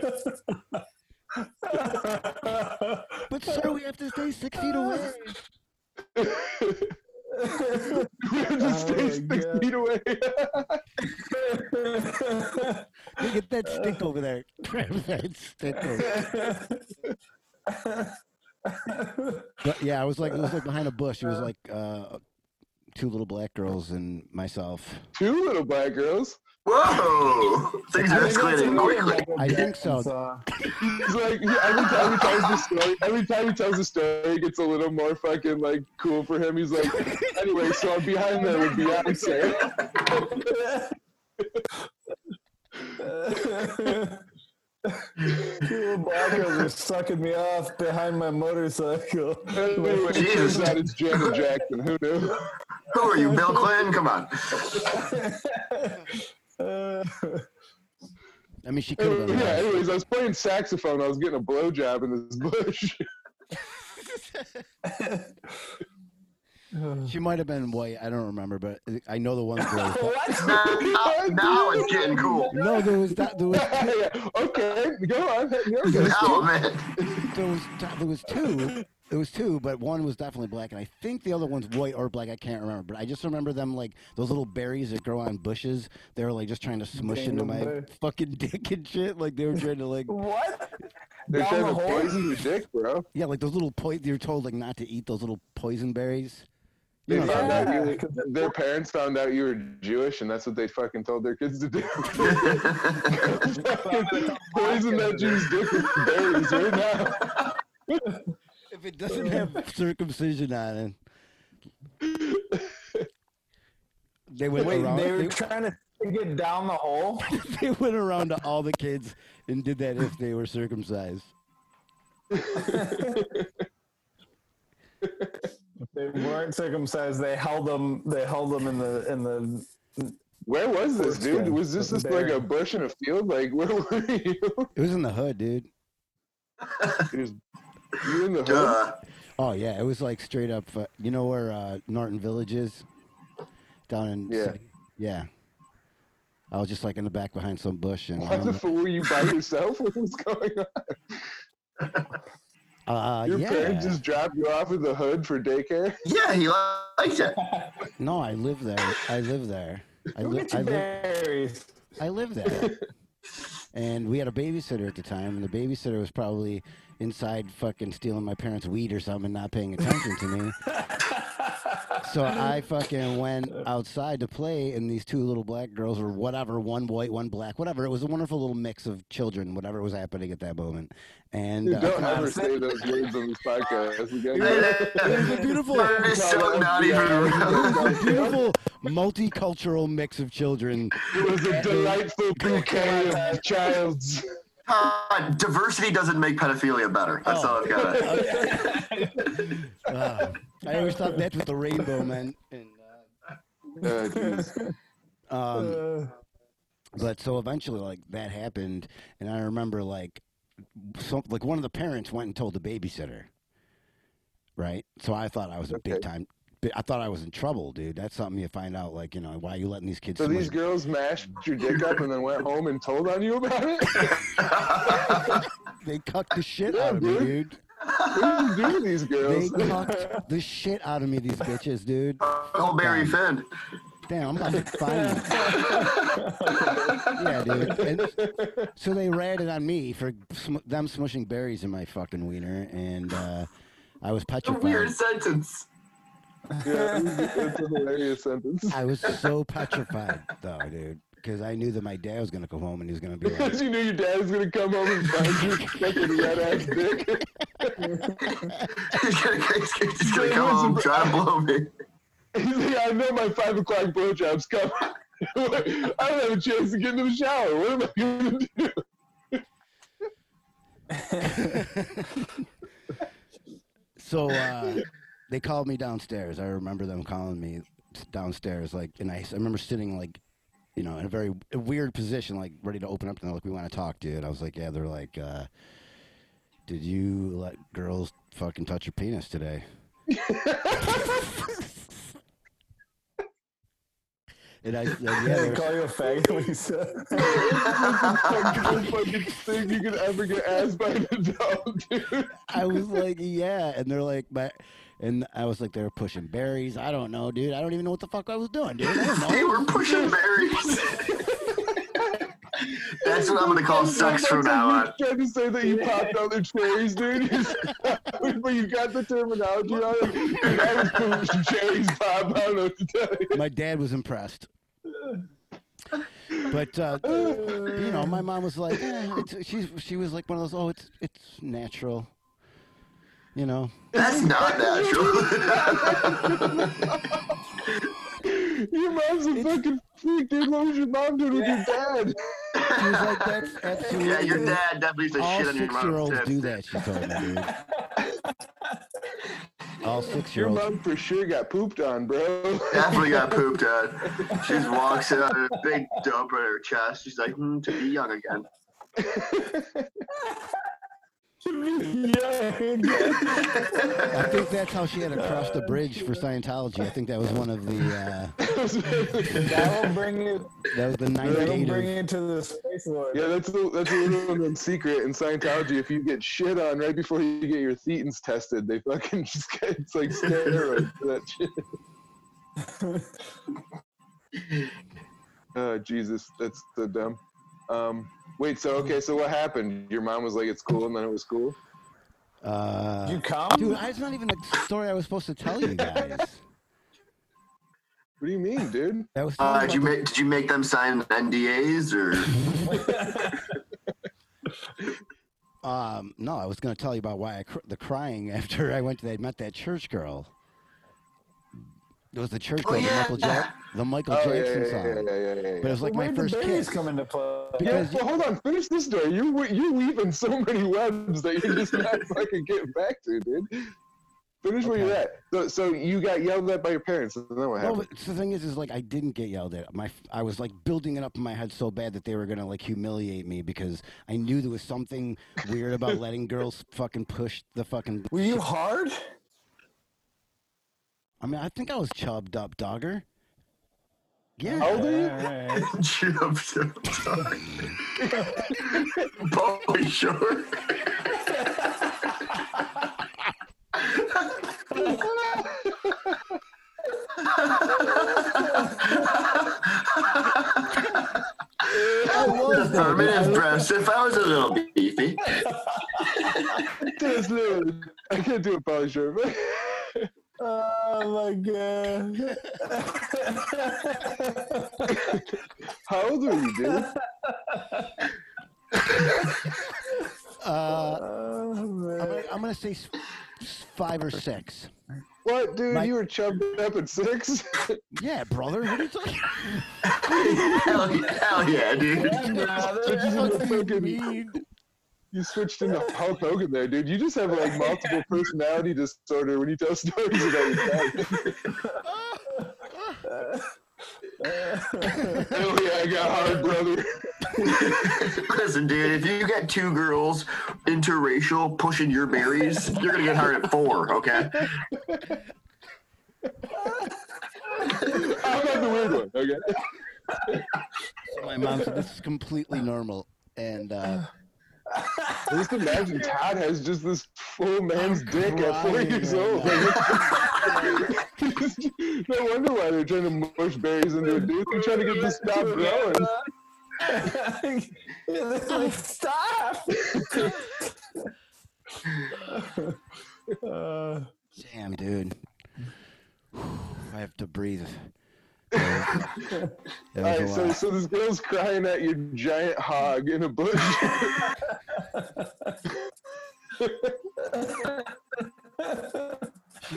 [SPEAKER 3] But sir, we have to stay six feet away.
[SPEAKER 5] We had to
[SPEAKER 3] Oh
[SPEAKER 5] stay six feet away.
[SPEAKER 3] Look at that stick over there. Grab that stick over But yeah, I was like, it was like behind a bush. It was like uh, two little black girls and myself.
[SPEAKER 5] Two little black girls.
[SPEAKER 4] Whoa, things are escalating quickly.
[SPEAKER 3] I think so.
[SPEAKER 6] uh,
[SPEAKER 5] He's like he- every time he tells the story, every time he tells the story, it gets a little more fucking like cool for him. He's like, anyway, so I'm behind there with Beyonce.
[SPEAKER 6] Two black girls are sucking me off behind my motorcycle.
[SPEAKER 5] Anyway, it turns out it's Janet Jackson. Who knew?
[SPEAKER 4] Who are you, Bill Clinton? Come on.
[SPEAKER 6] Uh,
[SPEAKER 3] I mean, she could have been.
[SPEAKER 5] Yeah.
[SPEAKER 3] worse.
[SPEAKER 5] Anyways, I was playing saxophone. I was getting a blowjob in this bush.
[SPEAKER 3] She might have been white. I don't remember, but I know the one girl.
[SPEAKER 4] Now, now it's getting cool.
[SPEAKER 3] No, there was that. There was
[SPEAKER 5] Yeah, okay, go on. Yeah, okay.
[SPEAKER 4] Now, Oh, man.
[SPEAKER 3] there was there was two. There was two, but one was definitely black, and I think the other one's white or black. I can't remember, but I just remember them like those little berries that grow on bushes. They were like just trying to smush into my
[SPEAKER 6] Dangling
[SPEAKER 3] fucking dick and shit. Like they were trying to like
[SPEAKER 6] what?
[SPEAKER 5] They're
[SPEAKER 6] Down
[SPEAKER 5] trying
[SPEAKER 6] the
[SPEAKER 5] to
[SPEAKER 6] hole?
[SPEAKER 5] poison your dick, bro.
[SPEAKER 3] yeah, like those little poison. You're told like not to eat those little poison berries.
[SPEAKER 5] They
[SPEAKER 3] You know,
[SPEAKER 5] found
[SPEAKER 6] yeah.
[SPEAKER 5] out you, their parents found out you were Jewish, and that's what they fucking told their kids to do. Fucking Poison that Jew's dick with berries right now.
[SPEAKER 3] if it doesn't have circumcision on it, they went
[SPEAKER 6] Wait,
[SPEAKER 3] around.
[SPEAKER 6] they were
[SPEAKER 3] they-
[SPEAKER 6] trying to get down the hole.
[SPEAKER 3] they went around to all the kids and did that if they were circumcised.
[SPEAKER 6] They weren't circumcised. They held them. They held them in the in the.
[SPEAKER 5] Where was this, dude?
[SPEAKER 6] Foreskin.
[SPEAKER 5] Was this just like a bush in a field? Like, where were you?
[SPEAKER 3] It was in the hood, dude.
[SPEAKER 5] You're just- you in the hood?
[SPEAKER 4] Duh.
[SPEAKER 3] Oh yeah, it was like straight up. Uh, you know where uh, Norton Village is? Down in
[SPEAKER 5] Yeah.
[SPEAKER 3] Sa- yeah. I was just like in the back behind some bush, and I
[SPEAKER 5] What the
[SPEAKER 3] remember-
[SPEAKER 5] fuck were you by yourself? What was going on?
[SPEAKER 3] uh,
[SPEAKER 5] Your parents
[SPEAKER 3] yeah.
[SPEAKER 5] just dropped you off in the hood for daycare?
[SPEAKER 4] Yeah, he likes it.
[SPEAKER 3] No, I live there. I live there. I,
[SPEAKER 6] Look
[SPEAKER 3] li-
[SPEAKER 6] at
[SPEAKER 3] I
[SPEAKER 6] you,
[SPEAKER 3] live.
[SPEAKER 6] berries.
[SPEAKER 3] I live there. and we had a babysitter at the time, and the babysitter was probably inside fucking stealing my parents' weed or something and not paying attention to me. So I fucking went outside to play, and these two little black girls, or whatever, one white, one black, whatever. It was a wonderful little mix of children, whatever was happening at that moment. And uh,
[SPEAKER 5] Don't ever say those words on this podcast again.
[SPEAKER 3] it was
[SPEAKER 4] That
[SPEAKER 3] a beautiful,
[SPEAKER 4] is so not even.
[SPEAKER 3] it was a beautiful multicultural mix of children.
[SPEAKER 5] It was a delightful bouquet of childs.
[SPEAKER 4] Uh, diversity doesn't make pedophilia better. That's all I've got.
[SPEAKER 3] Uh, I always thought that's what the rainbow meant. And,
[SPEAKER 5] Uh, geez.
[SPEAKER 3] uh, um,
[SPEAKER 6] Uh,
[SPEAKER 3] But so eventually, like that happened, and I remember like, some like one of the parents went and told the babysitter. Right, so I thought I was a big
[SPEAKER 5] Okay.
[SPEAKER 3] time. bi- I thought I was in trouble, dude. That's something you find out, like you know, why you letting these kids?
[SPEAKER 5] So
[SPEAKER 3] so much-
[SPEAKER 5] these girls mashed your dick up and then went home and told on you about it?
[SPEAKER 3] they cucked the shit
[SPEAKER 5] Yeah,
[SPEAKER 3] out of me,
[SPEAKER 5] dude.
[SPEAKER 3] dude.
[SPEAKER 5] What did you do to these
[SPEAKER 3] They
[SPEAKER 5] girls?
[SPEAKER 3] cucked the shit out of me, these bitches, dude.
[SPEAKER 4] Uncle Barry Finn.
[SPEAKER 3] Damn, I'm about to find you. yeah, dude. And so they ratted on me for sm- them smushing berries in my fucking wiener, and uh, I was
[SPEAKER 4] A
[SPEAKER 3] petrified.
[SPEAKER 4] weird sentence.
[SPEAKER 5] Yeah, that's a hilarious sentence.
[SPEAKER 3] I was so petrified, though, dude, because I knew that my dad was gonna come home and he was gonna be like,
[SPEAKER 5] Because you knew your dad was gonna come home and find your fucking red ass dick.
[SPEAKER 4] he's gonna, he's gonna- he's gonna come home, try to blow me.
[SPEAKER 5] He's like, I know my five o'clock blowjob's coming. I don't have a chance to get into the shower. What am I gonna do?
[SPEAKER 3] so uh, they called me downstairs. I remember them calling me downstairs, like, and I, I remember sitting like, you know, in a very weird position, like ready to open up, and they're like, "We want to talk, dude." I was like, "Yeah." They're like, uh, "Did you let girls fucking touch your penis today?" and I said, "Yeah."
[SPEAKER 6] they
[SPEAKER 3] they're-
[SPEAKER 6] call you a fag, Lisa.
[SPEAKER 5] Fucking- fucking thing you could ever get asked by an adult, dude.
[SPEAKER 3] I was like, yeah, and they're like, but, and I was like, they were pushing berries. I don't know, dude. I don't even know what the fuck I was doing, dude. I don't know.
[SPEAKER 4] They were pushing berries. That's what I'm gonna call sex from now on.
[SPEAKER 5] You're trying to say that you popped out the cherries, dude. but you got the terminology on it. Dude, I was cool with some cherries, Bob. I don't know what to tell you.
[SPEAKER 3] My dad was impressed. But uh, you know, my mom was like, eh, it's, she's she was like one of those, oh, it's it's natural. You know,
[SPEAKER 4] That's not natural.
[SPEAKER 5] Your mom's a fucking freak, dude. What was your mom doing with your dad?
[SPEAKER 3] she was like, that's absolutely.
[SPEAKER 4] yeah, your dad definitely said
[SPEAKER 3] All
[SPEAKER 4] shit on your mom's
[SPEAKER 3] six-year-olds
[SPEAKER 4] tits.
[SPEAKER 3] do that. She told me, dude. All
[SPEAKER 5] Your
[SPEAKER 3] six-year-olds.
[SPEAKER 5] mom for sure got pooped on, bro.
[SPEAKER 4] Definitely got pooped on. She just walks in on a big dump on her chest. She's like, hmm, to be young again.
[SPEAKER 3] I think that's how she had to cross the bridge for Scientology. I think that was one of the. Uh,
[SPEAKER 6] That'll bring you.
[SPEAKER 3] That was the
[SPEAKER 6] That'll
[SPEAKER 3] 98
[SPEAKER 6] bring
[SPEAKER 3] of,
[SPEAKER 6] you to the space lord.
[SPEAKER 5] yeah, that's a, that's a little known secret in Scientology. If you get shit on right before you get your thetans tested, they fucking just get it's like steroids for that shit. Oh Jesus, that's so dumb. Um, wait, so okay, so what happened? Your mom was like, "It's cool," and then it was cool.
[SPEAKER 3] uh,
[SPEAKER 6] You come?
[SPEAKER 3] dude, I- it's not even the story I was supposed to tell you guys.
[SPEAKER 5] What do you mean, dude?
[SPEAKER 3] That was
[SPEAKER 4] Uh, did you make did you make them sign NDAs or
[SPEAKER 3] um, no, I was going to tell you about why I cr- the crying after I went to that met that church girl. It was the church
[SPEAKER 4] Oh,
[SPEAKER 3] girl, the
[SPEAKER 4] yeah.
[SPEAKER 3] Michael Jack, the Michael
[SPEAKER 5] Oh yeah,
[SPEAKER 3] Jackson
[SPEAKER 5] yeah,
[SPEAKER 3] song.
[SPEAKER 5] yeah, yeah, yeah, yeah,
[SPEAKER 3] But it
[SPEAKER 5] yeah.
[SPEAKER 3] was like
[SPEAKER 6] Where'd
[SPEAKER 3] my first
[SPEAKER 6] the berries
[SPEAKER 3] kiss.
[SPEAKER 6] come into play?
[SPEAKER 5] Yeah,
[SPEAKER 3] Because
[SPEAKER 5] well, hold on. Finish this story. You're we- you're weaving so many webs that you're just not fucking getting back to, dude. Finish where you're
[SPEAKER 3] Okay.
[SPEAKER 5] at. So, so you got yelled at by your parents, and then what
[SPEAKER 3] Well,
[SPEAKER 5] happened?
[SPEAKER 3] but the thing is, is like I didn't get yelled at. My I was like building it up in my head so bad that they were gonna like humiliate me because I knew there was something weird about letting girls fucking push the fucking.
[SPEAKER 6] Were you hard?
[SPEAKER 3] I mean, I think I was chubbed up, dogger. Yeah.
[SPEAKER 5] How old are you?
[SPEAKER 6] Alright.
[SPEAKER 4] Jim, Jim, Boy, sure. the permanent breasts. If I was a little beefy,
[SPEAKER 5] Just little. I can't do a Polly shirt.
[SPEAKER 6] Oh my god.
[SPEAKER 5] How old are you, dude?
[SPEAKER 3] Uh,
[SPEAKER 6] oh,
[SPEAKER 3] I'm,
[SPEAKER 6] man.
[SPEAKER 3] gonna, I'm gonna say s- s- five or six.
[SPEAKER 5] What, dude?
[SPEAKER 3] My-
[SPEAKER 5] You were chubbed up at six?
[SPEAKER 3] Yeah, brother. What are you talking?
[SPEAKER 4] hell, yeah- hell yeah, dude.
[SPEAKER 5] Switches into fucking-
[SPEAKER 3] mean?
[SPEAKER 5] you switched into Hulk Hogan there, dude. You just have like multiple personality disorder when you tell stories about your dad. Hell Oh, yeah, I got hard, brother.
[SPEAKER 4] Listen, dude, if you got two girls interracial pushing your berries, you're gonna get hard at four, okay?
[SPEAKER 5] I'm not the weird one, okay?
[SPEAKER 3] My mom said this is completely normal, and uh,
[SPEAKER 5] Just imagine Todd has just this full man's dick at four
[SPEAKER 3] crying
[SPEAKER 5] years
[SPEAKER 3] right
[SPEAKER 5] old. Like, no wonder why they're trying to mush berries into a dude. They're trying to get this to stop growing.
[SPEAKER 6] It's Uh, like, stop. Uh,
[SPEAKER 3] damn, dude, I have to breathe. That was a
[SPEAKER 5] All right, so,
[SPEAKER 3] lot.
[SPEAKER 5] so this girl's crying at your giant hog in a bush.
[SPEAKER 3] She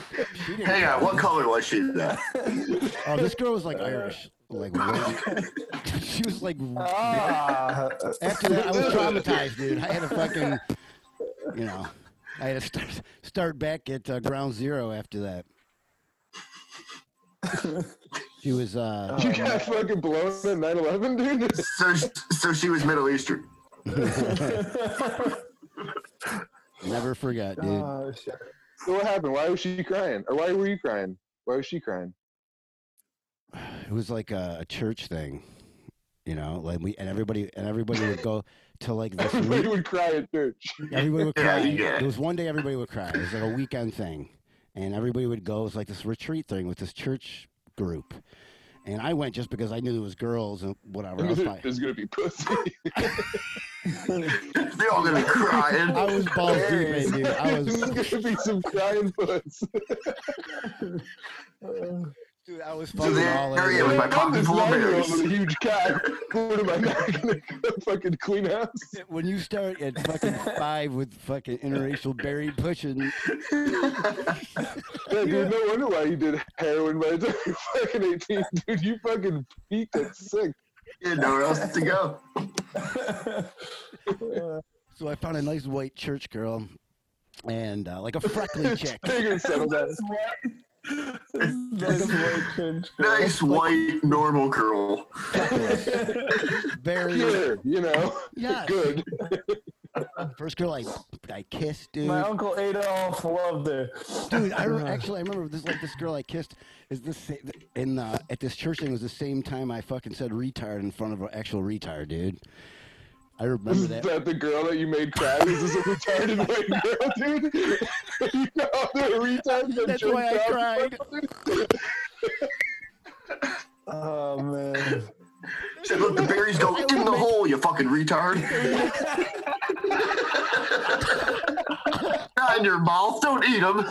[SPEAKER 3] didn't-
[SPEAKER 4] Hang on, what color was she then?
[SPEAKER 3] Oh, this girl was like Irish. Like, way- she was like.
[SPEAKER 6] ah,
[SPEAKER 3] After that, I was traumatized, dude. I had to fucking, you know, I had to start, start back at uh, ground zero after that. She was, uh,
[SPEAKER 5] you got fucking blown at 9 11, dude.
[SPEAKER 4] So, so she was Middle Eastern.
[SPEAKER 3] never forgot, dude.
[SPEAKER 6] oh, shit.
[SPEAKER 5] So what happened? Why was she crying? Or why were you crying? Why was she crying?
[SPEAKER 3] It was like a, a church thing, you know, like we, and everybody, and everybody would go to like this,
[SPEAKER 5] Everybody
[SPEAKER 3] week,
[SPEAKER 5] would cry at church.
[SPEAKER 3] everybody would
[SPEAKER 4] Yeah,
[SPEAKER 3] cry.
[SPEAKER 4] you get it.
[SPEAKER 3] There was one day everybody would cry. It was like a weekend thing. And everybody would go. It was like this retreat thing with this church group. And I went just because I knew there was girls and whatever. I was fine.
[SPEAKER 5] There's gonna be pussy.
[SPEAKER 4] They're all gonna be crying.
[SPEAKER 3] I was balls deep in, dude. I was,
[SPEAKER 5] There's gonna be some crying puss.
[SPEAKER 3] dude, I was
[SPEAKER 4] So
[SPEAKER 3] fucking
[SPEAKER 4] the
[SPEAKER 3] all
[SPEAKER 4] area was
[SPEAKER 3] in.
[SPEAKER 4] my popping
[SPEAKER 5] this
[SPEAKER 4] full of
[SPEAKER 5] nine-year-old
[SPEAKER 4] berries.
[SPEAKER 5] with a huge cock. What am I not gonna go fucking clean house?
[SPEAKER 3] When you start at fucking five with fucking interracial berry pushing,
[SPEAKER 5] Yeah, dude, no wonder why you did heroin by the time you're fucking 18. Dude, you fucking peaked at six.
[SPEAKER 4] Yeah, nowhere else to go.
[SPEAKER 3] so I found a nice white church girl, and uh, like a freckly chick.
[SPEAKER 5] Bigger settle down.
[SPEAKER 6] That's white. That's white church.
[SPEAKER 4] Nice white normal girl.
[SPEAKER 3] Very
[SPEAKER 5] Pure, you know.
[SPEAKER 3] yes.
[SPEAKER 5] Good.
[SPEAKER 3] First girl I I kissed, dude.
[SPEAKER 6] My uncle Adolf loved her.
[SPEAKER 3] Dude, I re- actually I remember this like this girl I kissed is this sa- in uh, at this church thing was the same time I fucking said retard in front of an actual retard, dude. I remember
[SPEAKER 5] Is
[SPEAKER 3] that.
[SPEAKER 5] that the girl that you made cry? Is this a retarded white girl, dude? you know, the retard that
[SPEAKER 3] That's
[SPEAKER 5] jerked
[SPEAKER 3] why I
[SPEAKER 5] off.
[SPEAKER 3] cried.
[SPEAKER 6] Oh man.
[SPEAKER 4] Said, Look, the berries go in the hole, you fucking retard. Not in your mouth. Don't eat them.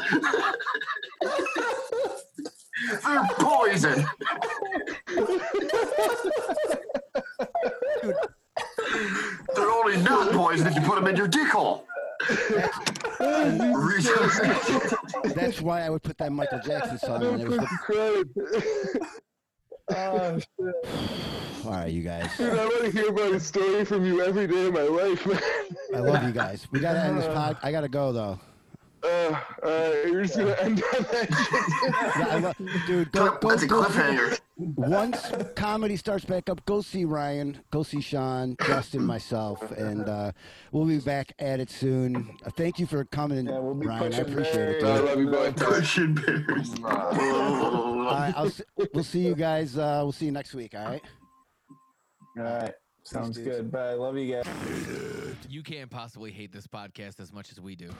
[SPEAKER 4] They're poison. They're only not poison if you put them in your dick hole. Retard.
[SPEAKER 3] That's why I would put that Michael Jackson song on. It was the,
[SPEAKER 5] Cried.
[SPEAKER 6] Oh, shit.
[SPEAKER 3] all right, you guys.
[SPEAKER 5] Dude, I want to hear about a story from you every day of my life, man.
[SPEAKER 3] I love you guys. We gotta end this pod. I gotta go though.
[SPEAKER 5] Uh, uh, you're just gonna end on that shit.
[SPEAKER 3] Yeah, I lo- dude, go, go,
[SPEAKER 4] That's a
[SPEAKER 3] go,
[SPEAKER 4] cliffhanger.
[SPEAKER 3] Once comedy starts back up, go see Ryan, go see Sean, Justin, myself, and uh, we'll be back at it soon. Uh, thank you for coming,
[SPEAKER 6] Yeah, we'll be
[SPEAKER 3] Ryan. I
[SPEAKER 6] pushing
[SPEAKER 3] appreciate it. Dude.
[SPEAKER 5] I
[SPEAKER 6] very
[SPEAKER 3] All
[SPEAKER 5] love you, boy.
[SPEAKER 4] Pushing berries.
[SPEAKER 3] right, I'll see, we'll see you guys. Uh, we'll see you next week. All right.
[SPEAKER 6] All right. Sounds
[SPEAKER 3] dudes.
[SPEAKER 6] good. Bye. Love you guys.
[SPEAKER 1] You can't possibly hate this podcast as much as we do.